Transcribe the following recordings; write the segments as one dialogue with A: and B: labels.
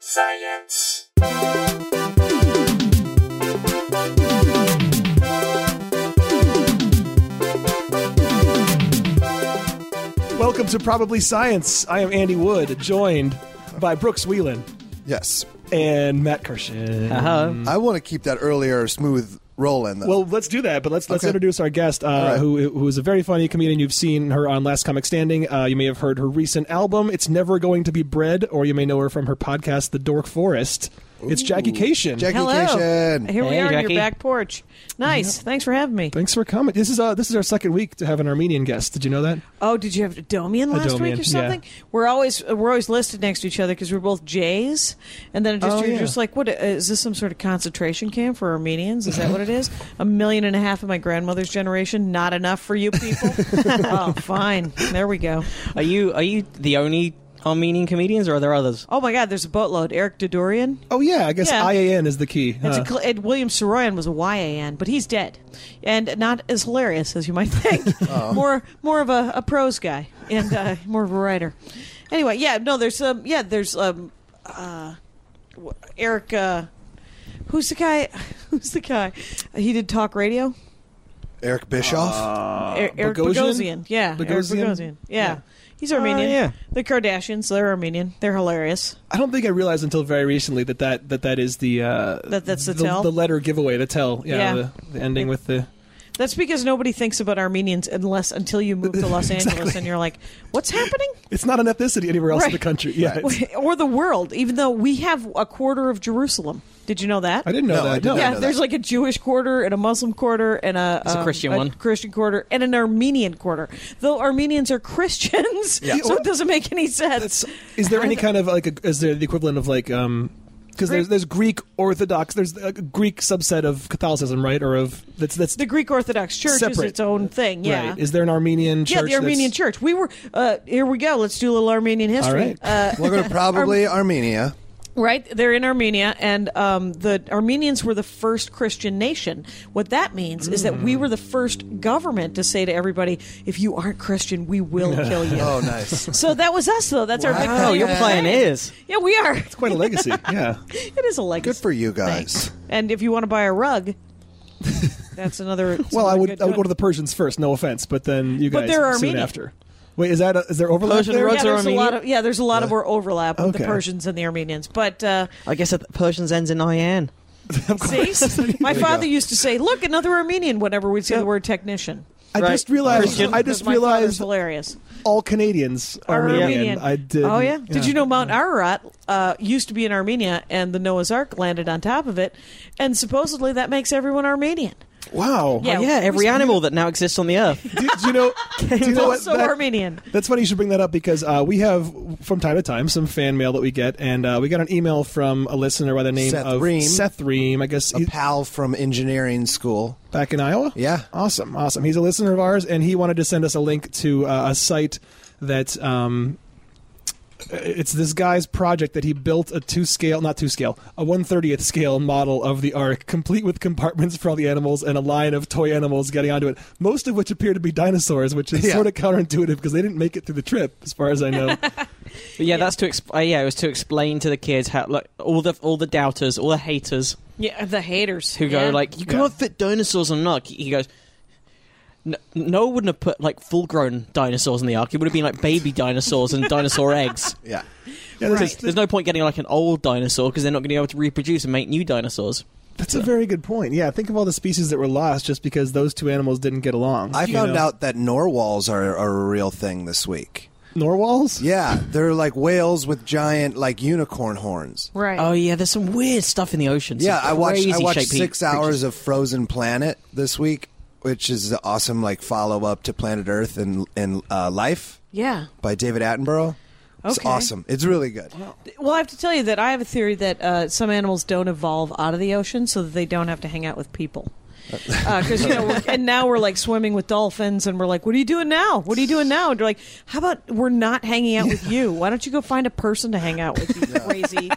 A: science.
B: Welcome to Probably Science. I am Andy Wood, joined by Brooks Wheelan
C: Yes.
B: and Matt Kirshen.
C: I want to keep that earlier smooth rolling, though.
B: Well, let's do that, but let's let's
C: Okay.
B: introduce our guest, uh,
C: right.
B: who who is a very funny comedian. You've seen her on Last Comic Standing. Uh, you may have heard her recent album, "It's Never Going to Be Bread," or you may know her from her podcast, "The Dork Forest." It's Jackie Cation.
C: Jackie
D: Hello.
C: Cation.
D: Here we
E: Hey,
D: are on
E: Jackie.
D: your back porch. Nice. Thanks for having me.
B: Thanks for coming. This is uh, this is our second week to have an Armenian guest. Did you know that?
D: Oh, did you have Domian last
B: Domian,
D: week
B: yeah.
D: or something? We're always we're always listed next to each other because we're both Jays, and then it just
B: Oh,
D: you're
B: yeah.
D: just like, what uh, is this? Some sort of concentration camp for Armenians? Is that what it is? A million and a half of my grandmother's generation, not enough for you people. oh, fine. There we go.
E: Are you are you the only Armenian comedians, or are there others?
D: Oh my God, there's a boatload. Eric Dodorian.
B: Oh yeah, I guess
D: Yeah.
B: IAN is the key.
D: It's
B: huh?
D: a cl- and William Soroyan was a YAN, but he's dead, and not as hilarious as you might think. More more of a, a prose guy and uh, more of a writer. Anyway, yeah, no, there's um, yeah, there's um, uh, wh- Eric. Uh, who's the guy? Who's the guy? He did talk radio.
C: Eric Bischoff.
D: Er- Eric
B: Bogosian?
D: Bogosian. Yeah, Eric
B: Bogosian?
D: Bogosian. Yeah.
B: Yeah.
D: He's Armenian.
E: yeah.
D: The Kardashians, they're Armenian. They're hilarious.
B: I don't think I realized until very recently that that that, that is the uh,
D: That- that's the
B: the,
D: tell?
B: the letter giveaway the tell yeah,
D: Yeah.
B: The, the ending with the
D: That's because nobody thinks about Armenians unless until you move to Los Angeles and you're like, what's happening?
B: it's not an ethnicity anywhere else in the
D: Right.
B: country yeah it's-
D: or the world, even though we have a quarter of Jerusalem. Did you know that?
B: I didn't know
C: No,
B: that
C: I
B: no.
C: didn't
D: yeah,
C: know
D: there's
C: that.
D: like a Jewish quarter and a Muslim quarter and a,
E: It's a Christian one.
D: Christian quarter and an Armenian quarter. Though Armenians are Christians, so it doesn't make any sense.
B: Is there
D: How
B: any
D: the-
B: kind of like a, is there the equivalent of like um because there's there's Greek Orthodox there's a Greek subset of Catholicism right or of that's that's
D: The Greek Orthodox Church is
B: Separate.
D: its own thing. Yeah.
B: right is there an Armenian church
D: yeah, the Armenian
B: that's-
D: Church. We were uh, here. We go. Let's do a little Armenian
B: all
D: history. Uh,
B: right
C: We're going to probably Armenia.
D: Right, they're in Armenia, and um, the Armenians were the first Christian nation. What that means is that we were the first government to say to everybody, "If you aren't Christian, we will kill you."
C: Oh, nice.
D: So that was us, though. That's our big.
E: Oh,
C: Wow,
D: claim.
C: you're
D: Yeah.
E: pioneers.
D: Yeah, we are.
B: quite a legacy yeah
D: It is a legacy.
C: Good for you guys.
D: And if you want to buy a rug, that's another.
B: well I
D: another
B: would
D: good
B: I would go
D: one.
B: to the Persians first no offense but then you
D: But
B: guys
D: they're
B: soon
D: Armenian.
B: after wait is that a, is there overlap
E: Persian
B: there?
E: rugs
D: Yeah,
E: are
D: there's a lot
E: Armenian?
D: of yeah, there's a lot of overlap with
B: Okay.
D: the Persians and the Armenians, but. Uh,
E: I guess that the Persians ends in Ian.
D: See, my
C: you
D: father
C: go.
D: used to say, "Look, another Armenian." Whenever we'd say the word technician,
B: I
E: Right.
B: just realized
E: Christian.
B: I just
D: My father's
B: realized
D: hilarious.
B: all Canadians are Armenian.
D: Armenian.
B: I did.
D: Oh yeah. Did you know Mount Ararat uh, used to be in Armenia, and the Noah's Ark landed on top of it, and supposedly that makes everyone Armenian.
B: Wow.
D: Yeah.
E: Oh, yeah, every animal that now exists on the earth.
B: Do, do you know? do you know what
D: also
B: that-
D: Armenian.
B: That's funny you should bring that up because uh, we have from time to time some fan mail that we get, and uh, we got an email from a listener by the name
C: Seth
B: of
C: Ream.
B: Seth Ream. I guess
C: A
B: he-
C: pal from engineering school.
B: back in Iowa.
C: Yeah.
B: awesome, awesome. He's a listener of ours, and he wanted to send us a link to uh, a site that um, it's this guy's project that he built a two scale, not two scale, a one thirtieth scale model of the Ark, complete with compartments for all the animals and a line of toy animals getting onto it, most of which appear to be dinosaurs, which is
C: Yeah.
B: sort of counterintuitive because they didn't make it through the trip, as far as I know.
E: But yeah, that's to exp- uh, yeah, it was to explain to the kids how like all the all the doubters, all the haters
D: Yeah, the haters
E: who go
D: yeah.
E: like, you
B: Yeah.
E: can't fit dinosaurs on an ark. He goes. "No- Noah wouldn't have put like full-grown dinosaurs in the ark. It would have been like baby dinosaurs and dinosaur eggs.
C: Yeah.
B: Yeah, that's,
D: Right.
E: There's no point getting like an old dinosaur because they're not going to be able to reproduce and make new dinosaurs.
B: that's a very good point. Yeah, think of all the species that were lost just because those two animals didn't get along.
C: I
B: you
C: found
B: know?
C: out that narwhals are, are a real thing this week.
B: Norwals.
C: Yeah, they're like whales with giant, like unicorn horns.
D: right.
E: Oh yeah, there's some weird stuff in the ocean.
C: Yeah,
E: Some
C: I watched I
E: crazy
C: watched
E: shaped
C: six
E: creatures.
C: hours of Frozen Planet this week, which is an awesome like follow up to Planet Earth and and uh, Life
D: yeah.
C: by David Attenborough. It's
D: Okay.
C: awesome. It's really good.
D: Well, I have to tell you that I have a theory that uh, some animals don't evolve out of the ocean so that they don't have to hang out with people. because you know, we're- and now we're like swimming with dolphins, and we're like, "What are you doing now? What are you doing now?" And they're like, "How about we're not hanging out with you? Why don't you go find a person to hang out with? You crazy!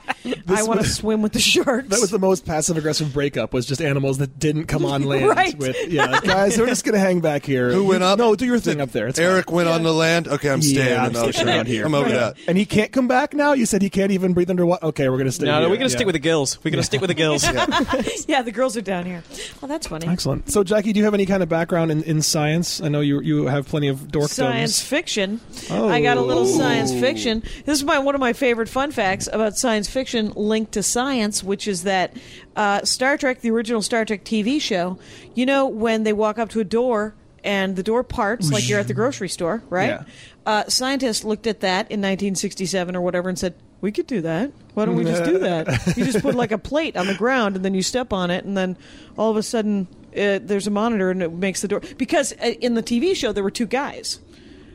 D: I want to swim with the sharks."
B: That was the most passive aggressive breakup was just animals that didn't come on land
D: Right.
B: with yeah guys we're just gonna hang back here.
C: Who went up?
B: No, do your thing up there. It's
C: Eric went on the land. Okay, I'm
B: Yeah,
C: staying
B: I'm
C: in the ocean
B: sticking around here.
C: I'm over that.
B: fine. And he can't come back now. You said he can't even breathe underwater. Okay, we're gonna stay.
E: No,
B: here.
E: no, we're going to
B: Yeah.
E: stick with the girls. We're going to stick with the girls.
D: yeah, the girls are down here. Well, that's funny.
B: Excellent. So, Jackie, do you have any kind of background in, in science? I know you you have plenty of dorkdoms.
D: science fiction.
B: Oh.
D: I got a little
B: Ooh.
D: science fiction. This is my one of my favorite fun facts about science fiction linked to science, which is that uh, Star Trek, the original Star Trek TV show, you know when they walk up to a door and the door parts like you're at the grocery store, right?
B: Yeah.
D: Uh, scientists looked at that in 1967 or whatever and said. We could do that. Why don't we just do that? You just put like a plate on the ground and then you step on it, and then all of a sudden uh, there's a monitor and it makes the door. Because uh, in the TV show, there were two guys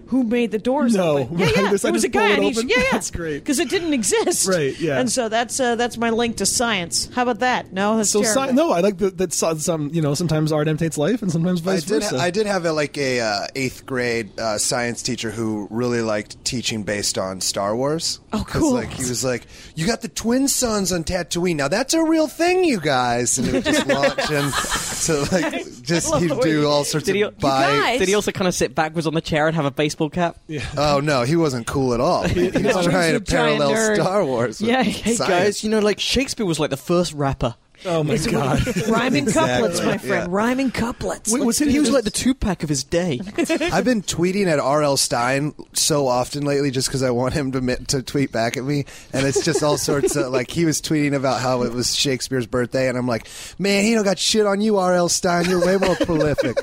D: who made the doors
B: No.
D: open. Yeah,
B: I
D: yeah.
B: just- I
D: it was
B: just
D: a guy
B: pulled it
D: on each.
B: open.
D: Yeah, yeah.
B: That's great.
D: Because it didn't exist.
B: Right, yeah.
D: And so that's uh, that's my link to science. How about that? No, that's
B: So,
D: terrible.
B: sci- no, I like that. That so- some you know sometimes art imitates life, and sometimes
C: I
B: vice
C: did.
B: versa.
C: I did have a, like a uh, eighth grade uh, science teacher who really liked teaching based on Star Wars.
D: Oh,
C: 'Cause,
D: cool.
C: Like he was like, "You got the twin sons on Tatooine. Now that's a real thing, you guys." And it would just launch and so like just
D: love
C: he'd
D: the way you-
C: do all sorts
E: Did he-
C: of by.
D: guys-
E: Did he also kind of sit backwards on the chair and have a baseball cap?
C: Oh no, he wasn't cool at all. He was
D: was
C: trying
D: a
C: to parallel
D: giant nerd.
C: Star Wars. With
D: Yeah, hey,
E: Hey,
C: science.
E: guys, you know, like Shakespeare was like the first rapper.
B: oh my god!
D: Rhyming couplets,
C: Exactly,
D: my
C: yeah.
D: friend. Rhyming couplets.
B: Wait, was it-
E: He was like the Tupac of his day.
C: I've been tweeting at RL Stein so often lately just because I want him to mi- to tweet back at me. And it's just all sorts of like he was tweeting about how it was Shakespeare's birthday. And I'm like, man, he don't got shit on you, RL Stein. You're way more prolific.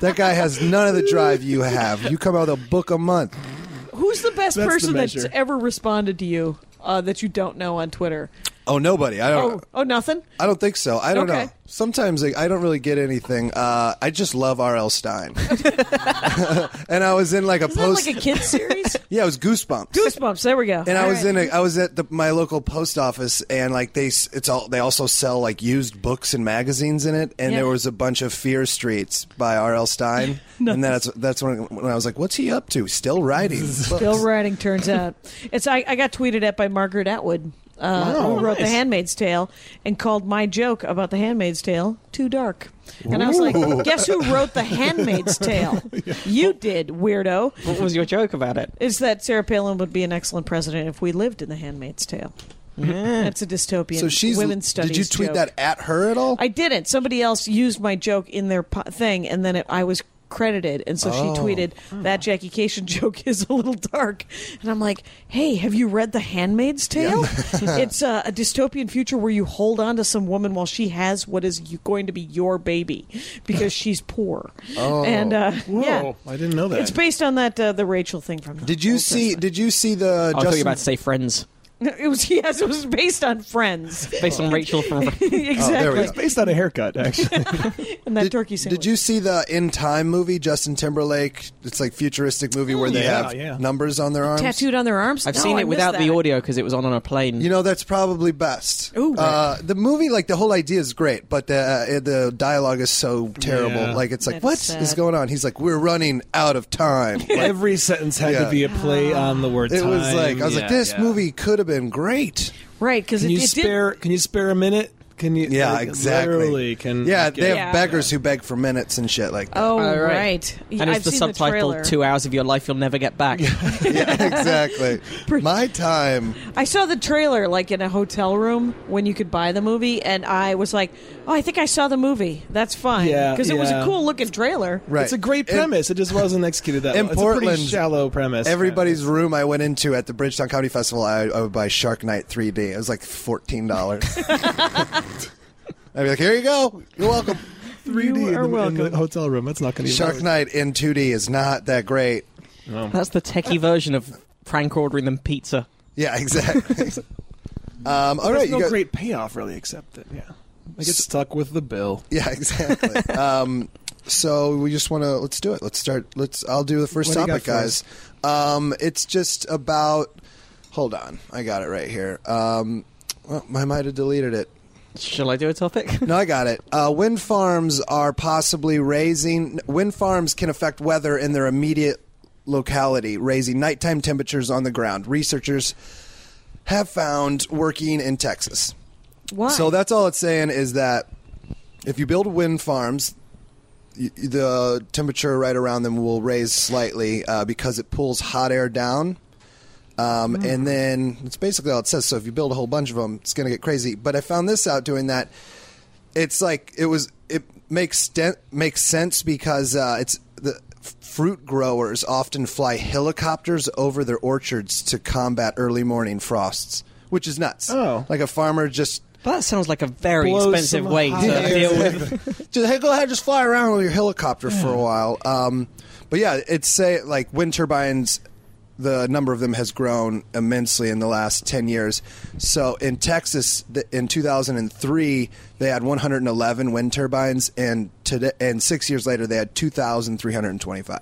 C: That guy has none of the drive you have. You come out with a book a month.
D: Who's the
B: That's
D: best
B: the
D: person that's
B: measure.
D: ever responded to you uh, that you don't know on Twitter?
C: Oh, nobody.
B: Uh,
C: I don't.
D: Oh, oh, nothing.
C: I don't think so. I don't
D: Okay.
C: know. Sometimes like, I don't really get anything. Uh, I just love R.L. Stein. and I was in like a
D: Isn't that
C: post.
D: like a kids series?
C: yeah, it was Goosebumps.
D: Goosebumps. There we go.
C: And I
D: All
C: was
D: right.
C: in a, I was at the, my local post office, and like they, s- it's all they also sell like used books and magazines in it. And
D: Yeah.
C: there was a bunch of Fear Streets by R.L. Stein, and that's that's when, when I was like, what's he up to? Still writing?
D: Still
C: books.
D: writing, turns out. It's I, I got tweeted at by Margaret Atwood, uh,
B: Wow.
D: who wrote
B: Nice.
D: The Handmaid's Tale, and called my joke about The Handmaid's Tale too dark. And I was like, guess who wrote The Handmaid's Tale? You did, weirdo.
E: What was your joke about it?
D: Is that Sarah Palin would be an excellent president if we lived in The Handmaid's Tale? That's a dystopian.
C: Hmm. So she's.
D: women's studies.
C: did you tweet
D: joke.
C: that at her at all?
D: I didn't. Somebody else used my joke in their po- thing, and then it, I was credited, and so
C: Oh.
D: she tweeted
C: Hmm.
D: that Jackie Cation joke is a little dark, and I'm like, hey, have you read The Handmaid's Tale? it's uh, a dystopian future where you hold on to some woman while she has what is you, going to be your baby because she's poor. Oh, and uh,
B: Whoa,
D: yeah,
B: I didn't know that.
D: it's based on that uh, the Rachel thing from.
C: did you see? Did you see the?
E: I thought you were
C: Justin,
E: about to say Friends,
D: It was yes, it was based on Friends.
E: based on Rachel from.
C: Oh, there we
D: exactly,
C: go.
B: based on a haircut, actually.
D: and that
C: did,
D: turkey sandwich.
C: did you see the In Time movie? Justin Timberlake. It's like futuristic movie
D: Oh,
C: where they
B: Yeah,
C: have
B: yeah.
C: numbers on their arms.
D: tattooed on their arms?
E: I've
D: No,
E: seen
D: I
E: it
D: missed
E: without
D: that.
E: the audio because it was on on a plane.
C: You know, that's probably best.
D: Ooh.
C: uh, the movie, like the whole idea is great, but the uh, the dialogue is so terrible.
B: Yeah.
C: Like it's like,
D: That's
C: what is
D: sad.
C: going on? He's like, we're running out of time. Like,
B: Every sentence had to
C: Yeah.
B: be a play on the word.
C: it was
B: time.
C: like I was like,
B: Yeah,
C: this
B: yeah.
C: movie could have been great.
D: Right, because
B: Can
D: it,
B: you
D: it
B: spare? Can you spare a minute? Can you?
C: Yeah,
B: like,
C: exactly.
B: Literally, can
C: yeah,
B: like,
C: they have
D: Yeah.
C: beggars who beg for minutes and shit like.
D: did. Oh,
E: All
D: right.
E: right.
D: Yeah,
E: And
D: I've
E: it's the
D: seen
E: subtitle
D: trailer.
E: Two Hours of Your Life You'll Never Get Back.
C: that. yeah, exactly. My time.
D: I saw the trailer like in a hotel room when you could buy the movie, and I was like, "Oh, I think I saw the movie. That's fine."
B: Yeah,
D: because it was a
B: yeah.
D: cool looking trailer.
C: Right.
B: It's a great
C: In-
B: premise. it just wasn't executed that
C: in
B: well. It's a pretty
C: Portland,
B: shallow premise.
C: Everybody's room I went into at the Bridgetown Comedy Festival, I, I would buy Shark Night 3D. It was like fourteen dollars. I'd be like, here you go. You're welcome.
B: 3D
D: You
B: in,
D: are
B: the, in the
D: welcome.
B: hotel room. That's not going to
C: Shark Night in 2D is not that great.
E: That's the techie version of prank ordering them pizza.
C: Yeah, exactly. um, all
B: There's
C: right,
B: no
C: you got,
B: great payoff really, except that yeah, I get stuck with the bill.
C: Yeah, exactly. um, so we just want to let's do it. Let's start. Let's. I'll do the first
B: What do you
C: topic,
B: got for
C: guys. Um, it's just about. Hold on, I got it right here. Um, well, I might have deleted it.
E: Shall I do a topic?
C: No, I got it. Uh, wind farms are possibly raising. Wind farms can affect weather in their immediate locality, raising nighttime temperatures on the ground. Researchers have found working in Texas.
D: Why?
C: So that's all it's saying is that if you build wind farms, y- the temperature right around them will raise slightly uh, because it pulls hot air down. Um, And then it's basically all it says. So if you build a whole bunch of them, it's going to get crazy. But I found this out doing that. It's like it was. It makes sten- makes sense because uh, it's the f- fruit growers often fly helicopters over their orchards to combat early morning frosts, which is nuts.
B: Oh.
C: like a farmer just
E: that sounds like a very
B: Blow
E: expensive
B: some
E: way to
B: hot air.
E: deal with.
C: just hey, go ahead, just fly around with your helicopter for a while. Um, but yeah, it's say like wind turbines. The number of them has grown immensely in the last ten years. So in Texas, th- in 2003, they had 111 wind turbines, and today, and six years later, they had 2,325.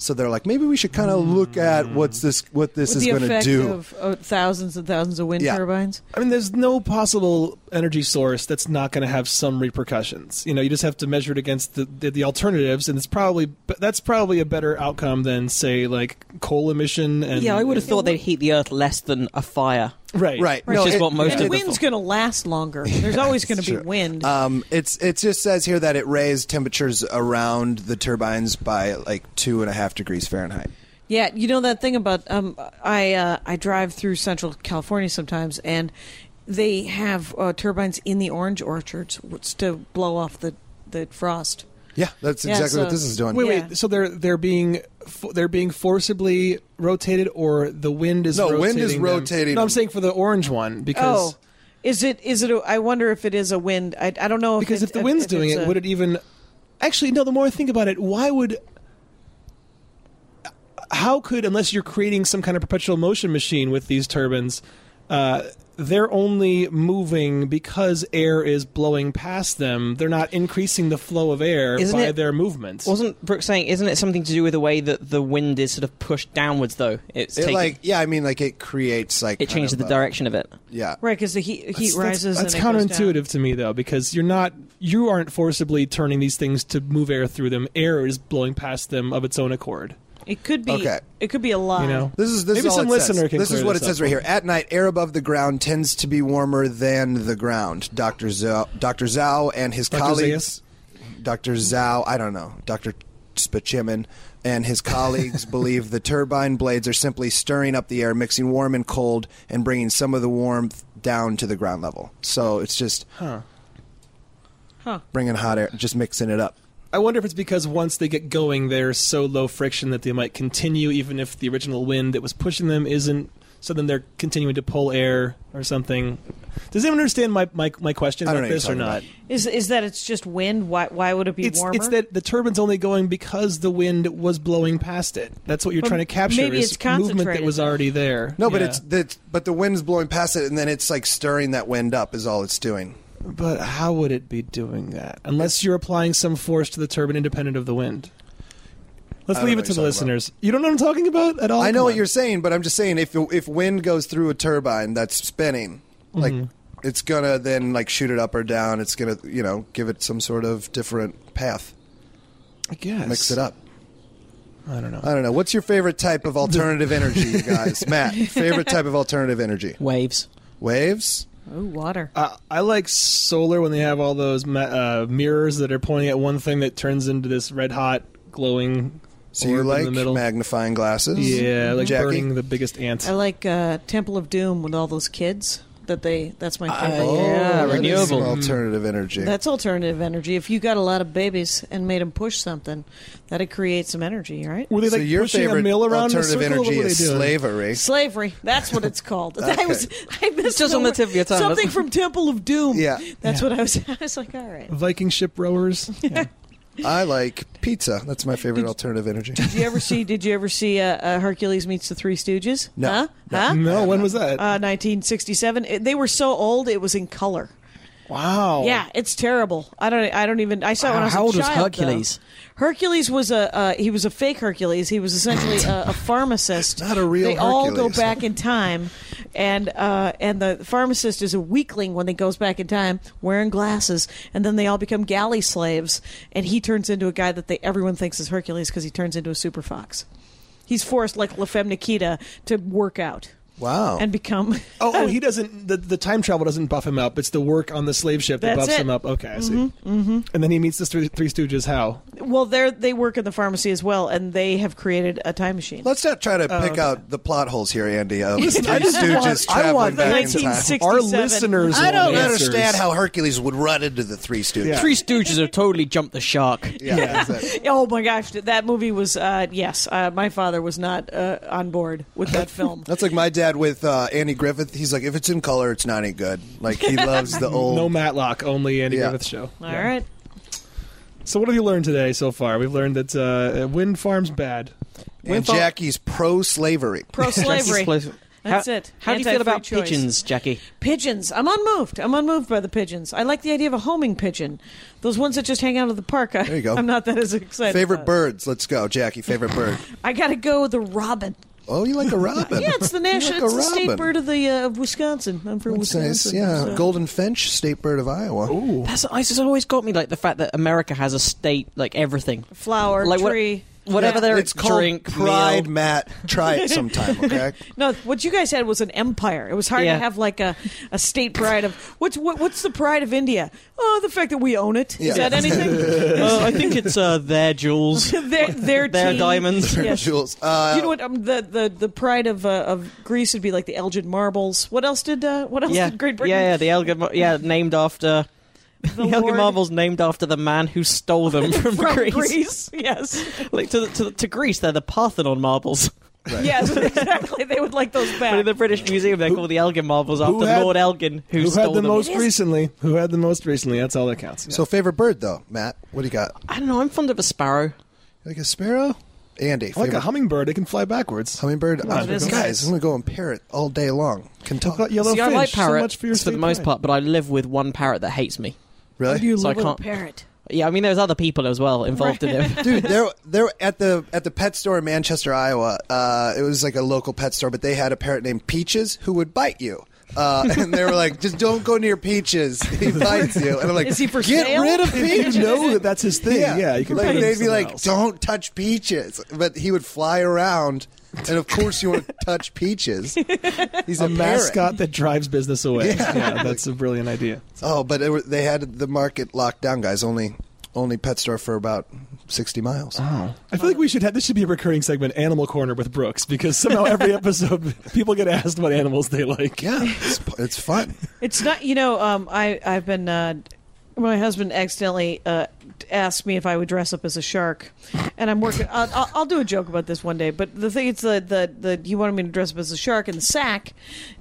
C: So they're like, maybe we should kind of look at what's this, what this
D: With
C: is
D: the
C: going to
D: effect
C: do.
D: of uh, thousands and thousands of wind
C: Yeah.
D: turbines.
B: I mean, there's no possible energy source that's not going to have some repercussions. You know, you just have to measure it against the, the, the alternatives, and it's probably but that's probably a better outcome than say like coal emission. And
E: Yeah, I would have thought they'd heat the earth less than a fire.
B: Right,
C: right,
E: Which
C: No,
E: is
C: it-
E: what most
D: And
E: of
D: wind's
E: the
D: going to last longer. There's always going to be wind.
C: Um, it's it just says here that it raised temperatures around the turbines by like two and a half degrees Fahrenheit.
D: Yeah, you know that thing about um, I uh, I drive through Central California sometimes, and they have uh, turbines in the orange orchards w- to blow off the the frost.
C: Yeah, that's
D: Yeah,
C: exactly
D: so-
C: what this is doing.
B: Wait,
D: Yeah.
B: wait. So they're they're being fo- they're being forcibly rotated, or the wind is
C: No,
B: rotating
C: wind is
B: them?
C: rotating
B: No, I'm
C: them.
B: saying for the orange one because
D: Oh, is it is it? A, I wonder if it is a wind. I, I don't know if
B: because
D: it-
B: if the wind's doing
D: it's
B: it,
D: a-
B: would it even? Actually, no. The more I think about it, why would? How could unless you're creating some kind of perpetual motion machine with these turbines, uh, they're only moving because air is blowing past them. They're not increasing the flow of air
E: Isn't
B: by
E: it-
B: their movements.
E: Wasn't Brooke saying? Isn't it something to do with the way that the wind is sort of pushed downwards? Though it's
C: it
E: taking,
C: like yeah, I mean like it creates like
E: it
C: kind
E: changes
C: of uh,
E: the
C: a-
E: direction of it.
C: Yeah,
D: right? Because the heat heat
B: That's-
D: rises.
B: That's,
D: and it goes down.
B: counterintuitive to me though, because you're not you aren't forcibly turning these things to move air through them. Air is blowing past them of its own accord.
D: It could be.
C: Okay.
D: It could be a lie.
B: You know?
C: This is this
B: Maybe
C: is all
B: some
C: it says.
B: listener can
C: This is
B: clear
C: what
B: this
C: it says
B: up
C: right
B: for
C: here. At night, air above the ground tends to be warmer than the ground. Doctor Zhao, Doctor Zhao, and his
B: Dr.
C: colleagues. Doctor Zhao, I don't know, Doctor Spachimin, and his colleagues believe the turbine blades are simply stirring up the air, mixing warm and cold, and bringing some of the warmth down to the ground level. So it's just
D: Huh.
C: bringing hot air, just mixing it up.
B: I wonder if it's because once they get going, they're so low friction that they might continue, even if the original wind that was pushing them isn't. So then they're continuing to pull air or something. Does anyone understand my, my, my question
C: I
B: about
C: don't know what
B: this or
C: you're talking
B: not?
C: about.
D: Is is that it's just wind? Why why would it be
B: It's,
D: warmer?
B: it's that the turbine's only going because the wind was blowing past it. That's what you're
D: But
B: trying to capture.
D: maybe
B: is
D: it's
B: movement that
D: concentrated,
B: was
D: though.
B: already there.
C: No, but
B: Yeah.
C: it's the but the wind's blowing past it, and then it's like stirring that wind up is all it's doing.
B: But how would it be doing that? Unless you're applying some force to the turbine independent of the wind. Let's
C: I
B: leave it to
C: don't know what
B: the
C: you're talking about.
B: listeners. You don't know what I'm talking about at all?
C: I know
B: Come
C: what
B: on.
C: you're saying, but I'm just saying if if wind goes through a turbine that's spinning, like
B: Mm-hmm.
C: it's gonna then like shoot it up or down. It's gonna you know give it some sort of different path,
B: I guess.
C: mix it up.
B: I don't know.
C: I don't know. What's your favorite type of alternative energy, you guys? Matt, favorite type of alternative energy?
E: Waves.
C: Waves.
D: oh, water.
B: I, I like solar when they have all those ma- uh, mirrors that are pointing at one thing that turns into this red hot glowing.
C: So
B: orb
C: you
B: in
C: like
B: the middle.
C: magnifying glasses?
B: yeah, I like
C: Jackie?
B: burning the biggest ant.
D: I like uh, Temple of Doom with all those kids. That they. That's my favorite.
C: Oh,
E: Yeah,
C: that is
E: renewable.
C: some
B: Mm-hmm.
C: alternative energy.
D: That's alternative energy. If you got a lot of babies and made them push something, that'd create some energy, right?
B: Were they
C: so
B: like
C: your
B: pushing
C: favorite
B: a mill around in a
C: alternative
B: circle, or what
C: energy
B: were they
C: is
B: doing?
C: slavery.
D: Slavery. That's what it's called. I
C: Okay.
D: was. I missed
E: just on the
D: word.
E: tip of your tongue,
D: Something
E: wasn't it?
D: from Temple of Doom.
C: Yeah.
D: That's
B: Yeah.
D: what I was. I was like, all right.
B: Viking ship rowers. Yeah.
C: I like pizza. That's my favorite alternative energy.
D: Did you ever see? Did you ever see uh, uh, Hercules meets the Three Stooges?
C: No.
D: Huh?
C: No.
D: Huh?
B: no, when was that?
D: Uh, 1967. It- they were so old, it was in color.
B: wow.
D: Yeah, it's terrible. I don't. I don't even. I saw it when I was
E: How
D: a
E: old was
D: child, though.
E: Hercules?
D: Hercules was a. Uh, he was a fake Hercules. He was essentially a, a pharmacist.
C: Not a real
D: They all go
C: Hercules.
D: back in time, and uh, and the pharmacist is a weakling when he goes back in time, wearing glasses, and then they all become galley slaves, and he turns into a guy that they everyone thinks is Hercules because he turns into a super fox. He's forced, like La Femme Nikita, to work out
C: Wow.
D: and become.
B: Oh, oh, he doesn't. The, the time travel doesn't buff him up. It's the work on the slave ship that
D: That's
B: buffs
D: it.
B: him up. Okay, I see. Mm-hmm. And then he meets the three, three Stooges. How?
D: Well, they they work in the pharmacy as well, and they have created a time machine.
C: Let's not try to
B: Oh,
C: pick out the plot holes here, Andy. Of the Three
B: I just
C: Stooges
B: want- I
C: traveling
B: want
C: back in time.
D: 1967.
B: Our listeners.
C: I
B: want
C: don't
B: answers.
C: understand how Hercules would run into the Three Stooges.
B: Yeah.
E: Three Stooges have totally jumped the shark.
C: Yeah, that's it.
D: Oh my gosh, th- that movie was uh, yes. Uh, my father was not uh, on board with that film.
C: That's like my dad with uh, Andy Griffith. He's like, if it's in color, it's not any good. Like he loves the old.
B: No Matlock, only Andy
C: Yeah.
B: Griffith show.
D: All
B: Yeah.
D: right.
B: So what have you learned today so far? We've learned that uh, wind farms bad.
C: and Jackie's pro slavery.
D: pro slavery. That's
E: how,
D: it.
E: How do you feel
D: Anti-free
E: about
D: choice.
E: pigeons, Jackie?
D: Pigeons. I'm unmoved. I'm unmoved by the pigeons. I like the idea of a homing pigeon. Those ones that just hang out at the park. I,
C: There you go.
D: I'm not that as excited.
C: Favorite
D: about.
C: birds? Let's go, Jackie. Favorite bird?
D: I gotta go with the robin.
C: Oh, you like a robin?
D: Yeah, it's the
C: You
D: national,
C: like a
D: it's the state
C: robin.
D: bird of the uh, of Wisconsin. I'm from
C: That's nice.
D: Wisconsin.
C: Yeah,
D: so-
C: golden finch, state bird of Iowa.
E: That's it's just always got me like the fact that America has a state like everything,
D: flower
E: like what-
D: tree.
E: whatever
D: Yeah.
E: their
C: It's called
E: drink,
C: pride,
E: meal.
C: Matt. Try it sometime, okay?
D: No, what you guys had was an empire. It was hard
E: Yeah.
D: to have like a, a state pride of what's what, what's the pride of India? Oh, the fact that we own it. Is
C: Yeah.
D: that anything?
E: Uh, I think it's uh, their jewels,
D: their their,
E: their
D: tea.
E: diamonds.
D: Yes.
C: Jules. Uh,
D: You know what? Um, the, the the pride of uh, of Greece would be like the Elgin marbles. What else did uh, what else
E: Yeah,
D: did Great Britain?
E: yeah, yeah. The Elgin, Mar- yeah, named after the, Elgin
D: Lord.
E: Marbles, named after the man who stole them from,
D: From
E: Greece.
D: Oh, Greece. yes,
E: Like to, the- to, the- to Greece, they're the Parthenon marbles.
D: yes, exactly. They would like those
E: But
D: back.
E: in the British Museum, they call the Elgin marbles
B: who
E: after
B: had-
E: Lord Elgin, who,
B: Who
E: stole
B: had the
E: them.
B: most
D: It is-
B: recently? Who had the most recently? That's all that counts.
C: So favorite bird though, Matt. What do you got?
E: I don't know. I'm fond of a sparrow.
C: Like a sparrow? Andy.
B: I like
C: favorite
B: a hummingbird, it can fly backwards.
C: hummingbird.
D: Oh, it is
C: guys,
D: nice.
C: I'm gonna go and parrot all day long. Can
B: Talk
C: talk.
B: about yellow
E: See, I
B: fish.
E: like
B: so
E: parrots
B: much for your
E: for the
B: state
E: most
B: pride.
E: part, but I live with one parrot that hates me.
C: Really?
D: you
E: So I
D: love a
E: can't-
D: parrot.
E: Yeah, I mean, there's other people as well involved in it.
C: dude there there at the at the pet store in manchester iowa uh, it was like a local pet store but they had a parrot named peaches who would bite you uh, and they were like just don't go near peaches he bites you and i'm like
D: Is he for
C: get
D: sale?"
C: rid of
B: If
C: peaches
B: you know that that's his thing, yeah, you can
C: like
B: put it
C: they'd be
B: somewhere
C: like
B: else.
C: don't touch peaches but he would fly around and of course you want to touch peaches he's a,
B: a
C: parrot.
B: mascot that drives business away. Yeah, that's a brilliant idea.
C: oh but it, were- they had the market locked down guys only only pet store for about 60 miles
D: Oh.
B: I feel like we should have this should be a recurring segment, Animal Corner with Brooks, because somehow every episode people get asked what animals they like.
C: yeah it's, it's fun
D: It's not, you know, um, I I've been uh, my husband accidentally uh, asked me if I would dress up as a shark, and I'm working. I'll, I'll, I'll do a joke about this one day. But the thing is, the the, the he wanted me to dress up as a shark in the sack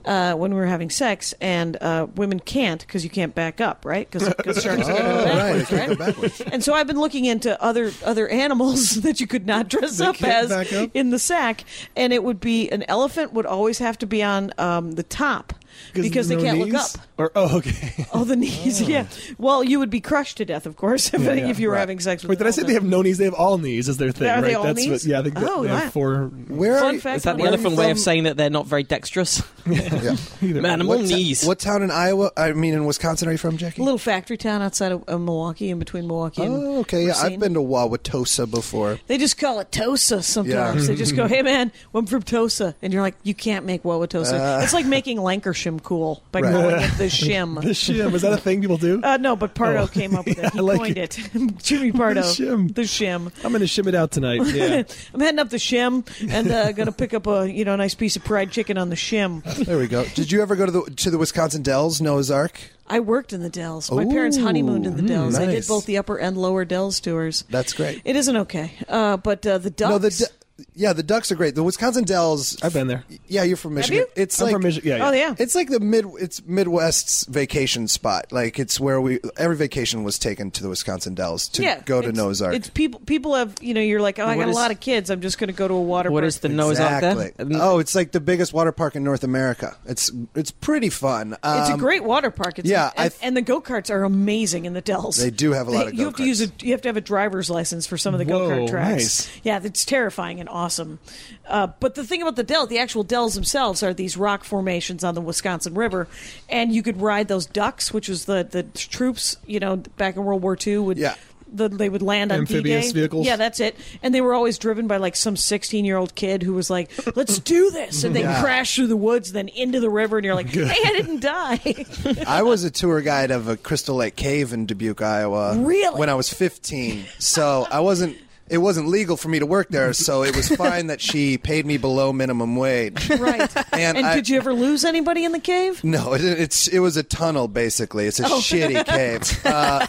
D: uh, when we were having sex, and uh, women can't because you can't back up, right? Because sharks can't go
C: oh, right. I
D: backwards,
C: can't
D: right?
C: go backwards.
D: And so I've been looking into other other animals that you could not dress up
B: can't
D: as
B: back up?
D: in the sack, and it would be an elephant would always have to be on um, the top because they
B: no
D: can't
B: knees?
D: look up.
B: Or oh, okay.
D: Oh, the knees. Yeah. Well, you would be crushed to death, of course, if,
B: Yeah, yeah,
D: if you were
C: right.
D: having sex with.
B: Wait,
D: an
B: did I say they have
D: elephant.
B: no knees? They have all knees. Is their thing?
D: Are
B: right?
D: they all
B: that's What,
D: knees?
B: yeah, I think that-
D: Oh,
B: they have
D: wow.
B: four.
C: Where are
D: Fun
C: you-
D: fact
E: Is that the
D: Where are you
E: elephant
B: um,
E: way of
C: from?
E: saying that they're not very dexterous?
C: Yeah.
B: either.
E: Man, I'm
C: What
E: all
C: ta-
E: knees.
C: What town in Iowa? I mean, in Wisconsin, are you from, Jackie?
D: a little factory town outside of, of Milwaukee, in between Milwaukee and.
C: Oh, okay. Yeah, I've
D: Racine.
C: been to Wauwatosa before.
D: They just call it Tosa sometimes.
C: Yeah.
D: They just go, "Hey man, I'm from Tosa," and you're like, "You can't make
B: Uh.
D: Wauwatosa." it's like making Lancashire cool by
C: Right.
D: calling it the shim.
B: The shim is that a thing people do?
D: Uh, no, but Pardo came up with
B: Yeah,
D: it. He
B: I like
D: coined it. Jimmy Pardo.
B: shim.
D: The shim.
B: I'm gonna shim it out tonight. Yeah.
D: I'm heading up the shim and uh, gonna pick up a you know nice piece of fried chicken on the shim.
C: There we go. Did you ever go to the to the Wisconsin Dells, Noah's Ark?
D: I worked in the Dells. My
C: Ooh,
D: parents honeymooned in the Dells. I
C: nice.
D: did both the upper and lower Dells tours.
C: That's great.
D: It isn't okay, uh, but uh, the ducks.
C: No, the de- yeah, the ducks are great. The Wisconsin Dells.
B: I've been there.
C: Yeah, you're from Michigan.
D: you?
C: It's
B: I'm
C: like
B: from Michigan. Yeah,
D: oh yeah,
C: It's like the mid. It's Midwest's vacation spot. Like it's where we every vacation was taken to the Wisconsin Dells to
D: yeah.
C: go to
D: it's-
C: Noah's Ark.
D: It's people. People have you know. You're like, oh, I
E: What
D: got
E: is-
D: a lot of kids. I'm just going to go to a water.
E: what
D: park.
E: is the nose out there?
C: Exactly. Oh, it's like the biggest water park in North America. It's it's pretty fun. Um,
D: It's a great water park. It's
C: yeah,
D: and,
C: I th-
D: and the go karts are amazing in the Dells.
C: They do have a lot of
D: You have to
C: go-karts.
D: use a. You have to have a driver's license for some of the go
B: Whoa,
D: kart tracks.
B: nice.
D: Yeah, it's terrifying in fucking awesome. Uh, but the thing about the Dells, the actual Dells themselves are these rock formations on the Wisconsin River, and you could ride those ducks, which was the the troops, you know, back in World War II would.
C: Yeah.
D: The, they would land on
B: Amphibious
D: D-Day.
B: vehicles?
D: Yeah, that's it. And they were always driven by like some 16 year old kid who was like, let's do this. And they
C: Yeah.
D: crash through the woods, then into the river. And you're like, hey, I didn't die.
C: I was a tour guide of a Crystal Lake cave in Dubuque, Iowa.
D: Really?
C: When I was 15. So I wasn't. It wasn't legal for me to work there, so it was fine that she paid me below minimum wage.
D: right.
C: And
D: And,
C: I-
D: did you ever lose anybody in the cave? Oh.
C: No, it, it's it was a tunnel basically. It's a shitty cave. Uh,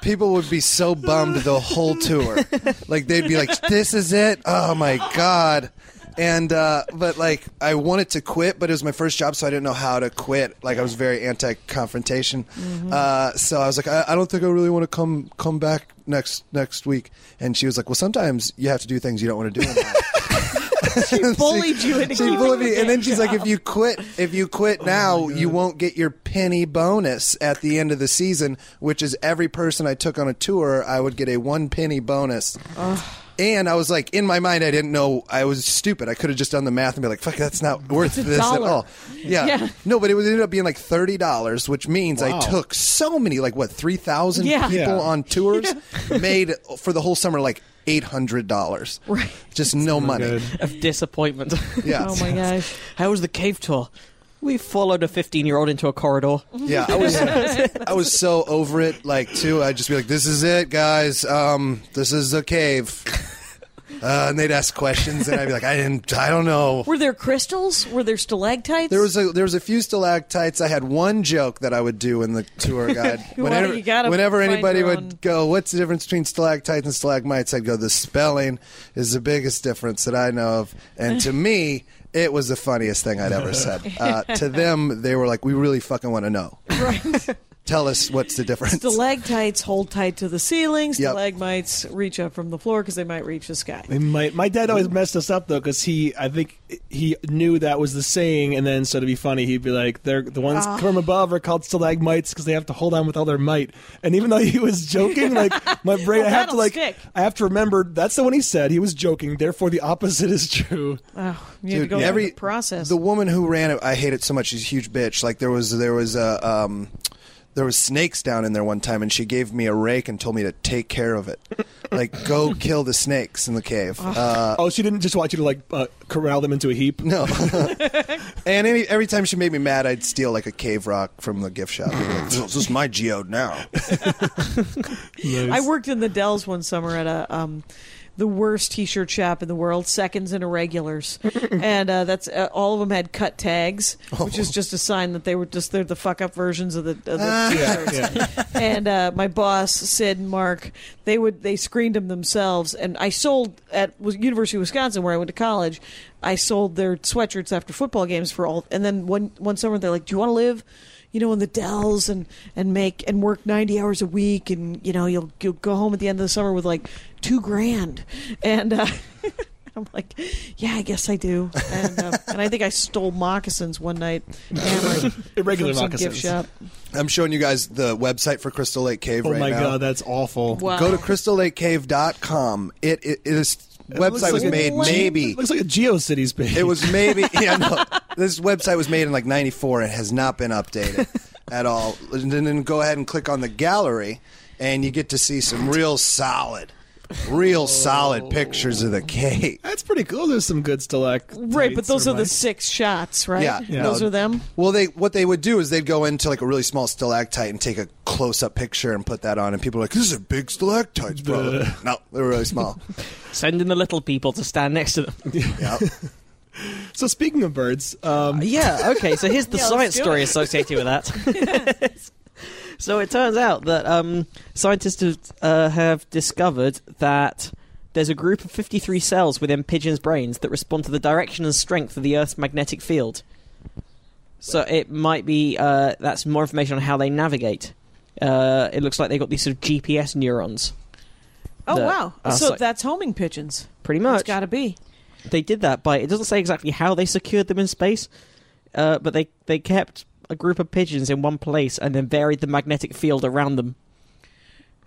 C: people would be so bummed the whole tour. Like they'd be like, "This is it? Oh my god!" And uh, but like I wanted to quit, but it was my first job, so I didn't know how to quit. Like I was very anti-confrontation,
D: Mm-hmm.
C: uh, so I was like, I, "I don't think I really want to come come back next next week." And she was like, "Well, sometimes you have to do things you don't want to do." in life."
D: She bullied you into
C: She
D: keeping
C: bullied me,
D: the
C: and then
D: cave.
C: she's like, "If you quit, if you
D: Oh
C: quit now, you won't get your penny bonus at the end of the season, which is every person I took on a tour, I would get a one penny bonus." And I was like, in my mind, I didn't know I was stupid. I could have just done the math and be like, "Fuck, that's not worth
D: a
C: this
D: dollar.
C: at all." Yeah.
D: Yeah.
C: no, but it was it ended up being like thirty dollars, which means
B: Wow.
C: I took so many, like what, three thousand
D: Yeah.
C: people
B: Yeah.
C: on tours, made for the whole summer like eight hundred dollars,
D: Right.
C: Just no money.
B: Good.
E: of disappointment.
C: Yeah.
D: Oh my gosh.
E: How was the cave tour? We followed a 15 year old into a corridor.
C: Yeah, I was I was so over it. Like too, I'd just be like, "This is it, guys. Um, this is a cave." Uh, and they'd ask questions, and I'd be like, "I didn't. I don't know."
D: Were there crystals? Were there stalactites?
C: There was a there was a few stalactites. I had one joke that I would do in the tour guide.
D: Well,
C: Whenever,
D: you gotta
C: whenever
D: find
C: anybody
D: your
C: would
D: own-
C: go, "What's the difference between stalactites and stalagmites?" I'd go, "The spelling is the biggest difference that I know of." And to me, it was the funniest thing I'd ever said. Uh, to them, they were like, "We really fucking want to know."
D: Right.
C: Tell us what's the difference.
D: Stalactites hold tight to the ceiling.
C: Yep.
D: Stalagmites reach up from the floor because they might reach the sky.
B: They might. My dad always messed us up though, because he, I think he knew that was the saying, and then so to be funny, he'd be like, "They're the ones from above are called stalagmites because they have to hold on with all their might." And even though he was joking, like my brain, I have to
D: that'll
B: like,
D: stick.
B: I have to remember that's the one he said. He was joking, therefore the opposite is true.
D: Oh, you had to
C: Dude,
D: go through
C: every
D: the process.
C: The woman who ran it, I hate it so much. She's a huge bitch. Like there was there was a um, there was snakes down in there one time, and she gave me a rake and told me to take care of it. like go kill the snakes in the cave. Uh,
B: oh, she didn't just want you to like uh, corral them into a heap.
C: no. and any, every time she made me mad, I'd steal like a cave rock from the gift shop. Like, this is my geode now.
D: I worked in the Dells one summer at a um, the worst T-shirt shop in the world, seconds and irregulars, and uh, that's uh, all of them had cut tags, which is just a sign that they were just they're the fuck up versions of the, of the T-shirts. And uh, my boss Sid and Mark, they would they screened them themselves, and I sold at was- University of Wisconsin where I went to college. I sold their sweatshirts after football games for all, and then one one summer they're like, "Do you want to live?" you know, in the Dells and and make and work ninety hours a week, and you know, you'll you'll go home at the end of the summer with like two grand, and uh, I'm like, yeah, I guess I do, and, uh, and I think I stole moccasins one night, and, like,
B: Irregular
D: from some
B: moccasins.
D: gift shop.
C: I'm showing you guys the website for Crystal Lake Cave
B: Oh
C: right
B: my
C: now.
B: god, that's awful.
D: Wow.
C: Go to crystallakecave.com. It it, it is
B: looks
C: website was
B: like a
C: made
B: lame-
C: maybe
B: It looks like a GeoCities page.
C: It was maybe yeah. No, this website was made in like '94 and has not been updated at all. And then go ahead and click on the gallery, and you get to see some real solid, real solid pictures of the cave.
B: That's pretty cool. There's some good stalactites.
D: Right, but those
B: or
D: are the
B: mites.
D: six shots, right?
C: Yeah, yeah.
D: those
C: No.
D: are them.
C: Well, they what they would do is they'd go into like a really small stalactite and take a close up picture and put that on, and people are like, "This is a big stalactite, bro." no, they're really small.
E: Sending the little people to stand next to them.
C: yeah.
B: So speaking of birds, um,
E: Yeah, okay, so here's the
D: Yeah, let's
E: science
D: do
E: story
D: it.
E: associated with that. so it turns out that um, scientists have, uh, have discovered that there's a group of 53 cells within pigeons' brains that respond to the direction and strength of the Earth's magnetic field. So it might be uh, that's more information on how they navigate. Uh, it looks like they've got these sort of GPS neurons,
D: Oh
E: The-
D: wow!
E: uh,
D: so
E: so-
D: that's homing pigeons.
E: pretty
D: It's
E: much.
D: got to be.
E: they did that by it doesn't say exactly how they secured them in space uh, but they they kept a group of pigeons in one place and then varied the magnetic field around them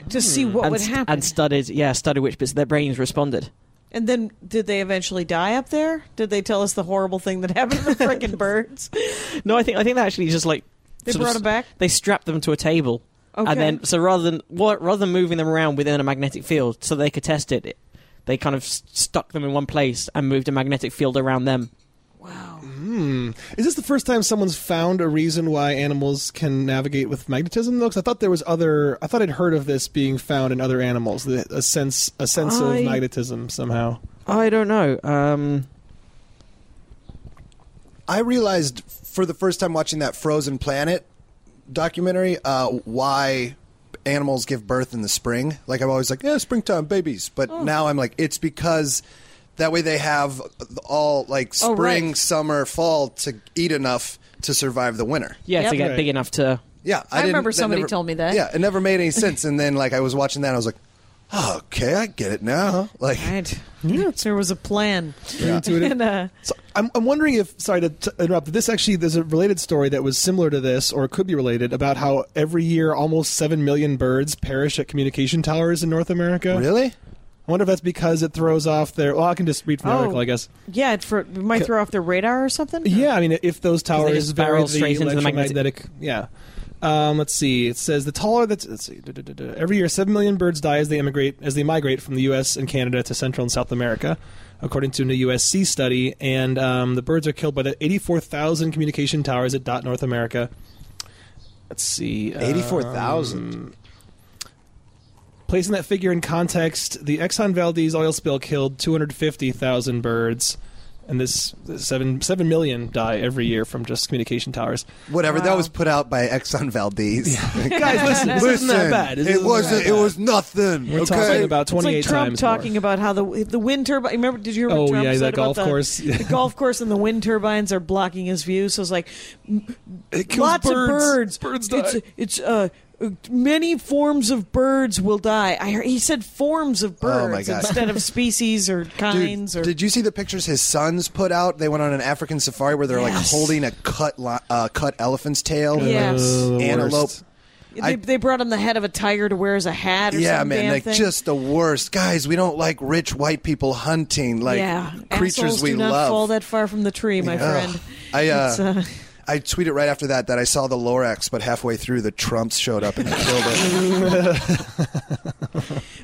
D: To see what
E: and,
D: would
E: st-
B: Hmm.
D: happen.
E: and studied yeah studied which bits of their brains responded
D: And then, did they eventually die up there? Did they tell us the horrible thing that happened to the freaking birds?
E: No, I think I think they actually just like
D: They
E: sort of
D: brought
E: s-
D: 'em back?
E: They strapped them to a table,
D: Okay.
E: and then so rather than what rather than moving them around within a magnetic field, so they could test it, it- they kind of s- stuck them in one place and moved a magnetic field around them.
D: Wow.
B: Is this the first time someone's found a reason why animals can navigate with magnetism? Though, 'Cause I thought there was other. I thought I'd heard of this being found in other animals. The, a sense, a sense
E: I-
B: of magnetism somehow.
E: I don't know. Um,
C: I realized for the first time watching that Frozen Planet documentary uh, why animals give birth in the spring. Like I'm always like, yeah, springtime babies, but
D: Oh.
C: now I'm like, it's because that way they have all like
D: Oh,
C: spring,
D: right.
C: summer, fall to eat enough to survive the winter.
E: yeah,
D: Yep.
E: to get
B: Right.
E: big enough to.
C: Yeah,
D: I
C: didn't-
D: remember
C: that
D: somebody
C: never-
D: told me that.
C: Yeah, it never made any sense, and then like I was watching that, and I was like, oh, okay, I get it now. Like,
D: Right. There was a plan.
B: Intuitive.
D: And, uh,
B: So I'm, I'm wondering if sorry to t- interrupt. But this actually there's a related story that was similar to this, or could be related, about how every year almost seven million birds perish at communication towers in North America.
C: really?
B: I wonder if that's because it throws off their. Well, I can just read from the
D: Oh.
B: article, I guess.
D: yeah, it, for, it might throw off their radar or something.
B: Yeah, I mean, if those
E: they
B: towers
E: just
B: barrel
E: barrel
B: the
E: straight into the
B: electromagnetic, yeah. Um, let's see. It says the taller that let's see. duh, duh, duh, duh. Every year, seven million birds die as they immigrate as they migrate from the U.S. and Canada to Central and South America, according to a new USC study. And um, the birds are killed by the eighty-four thousand communication towers at dot North America. Let's see. uh,
C: Eighty-four thousand.
B: Placing that figure in context, the Exxon Valdez oil spill killed 250,000 birds, and this seven seven million die every year from just communication towers.
C: Whatever that was put out by Exxon Valdez.
B: Guys, listen, this isn't that bad. This
C: It
B: isn't
C: wasn't.
B: that
C: It
B: bad.
C: was nothing.
B: We're
C: okay.
B: talking about
D: It's
B: 28
D: like Trump
B: times
D: talking
B: more.
D: about how the the wind turbine. Remember, did you remember
B: Oh,
D: Trump
B: yeah,
D: said
B: that
D: about
B: golf
D: the-
B: course.
D: the golf course, and the wind turbines are blocking his view. So it's like
B: kills
D: lots
B: birds.
D: of
B: Birds
D: birds.
B: die.
D: It's, it's uh, many forms of birds will die. I heard, he said forms of
C: Oh, my
D: birds
C: God.
D: instead of species or
C: Dude,
D: kinds. or
C: did you see the pictures his sons put out? They went on an African safari where they're like
D: Yes.
C: holding a cut li- uh, cut elephant's tail.
D: Yes.
B: Uh, the
C: Antelope.
B: worst.
D: they,
C: I-
D: they brought him the head of a tiger to wear as a hat. Or
C: Yeah,
D: some
C: man,
D: damn
C: like
D: thing.
C: just the worst. Guys, we don't like rich white people hunting like
D: yeah.
C: creatures
D: Assholes
C: we
D: do not
C: love.
D: fall that far from the tree, my friend.
C: I
D: It's,
C: uh,
D: uh,
C: I tweeted right after that that I saw the Lorax, but halfway through the Trumps showed up and they killed it.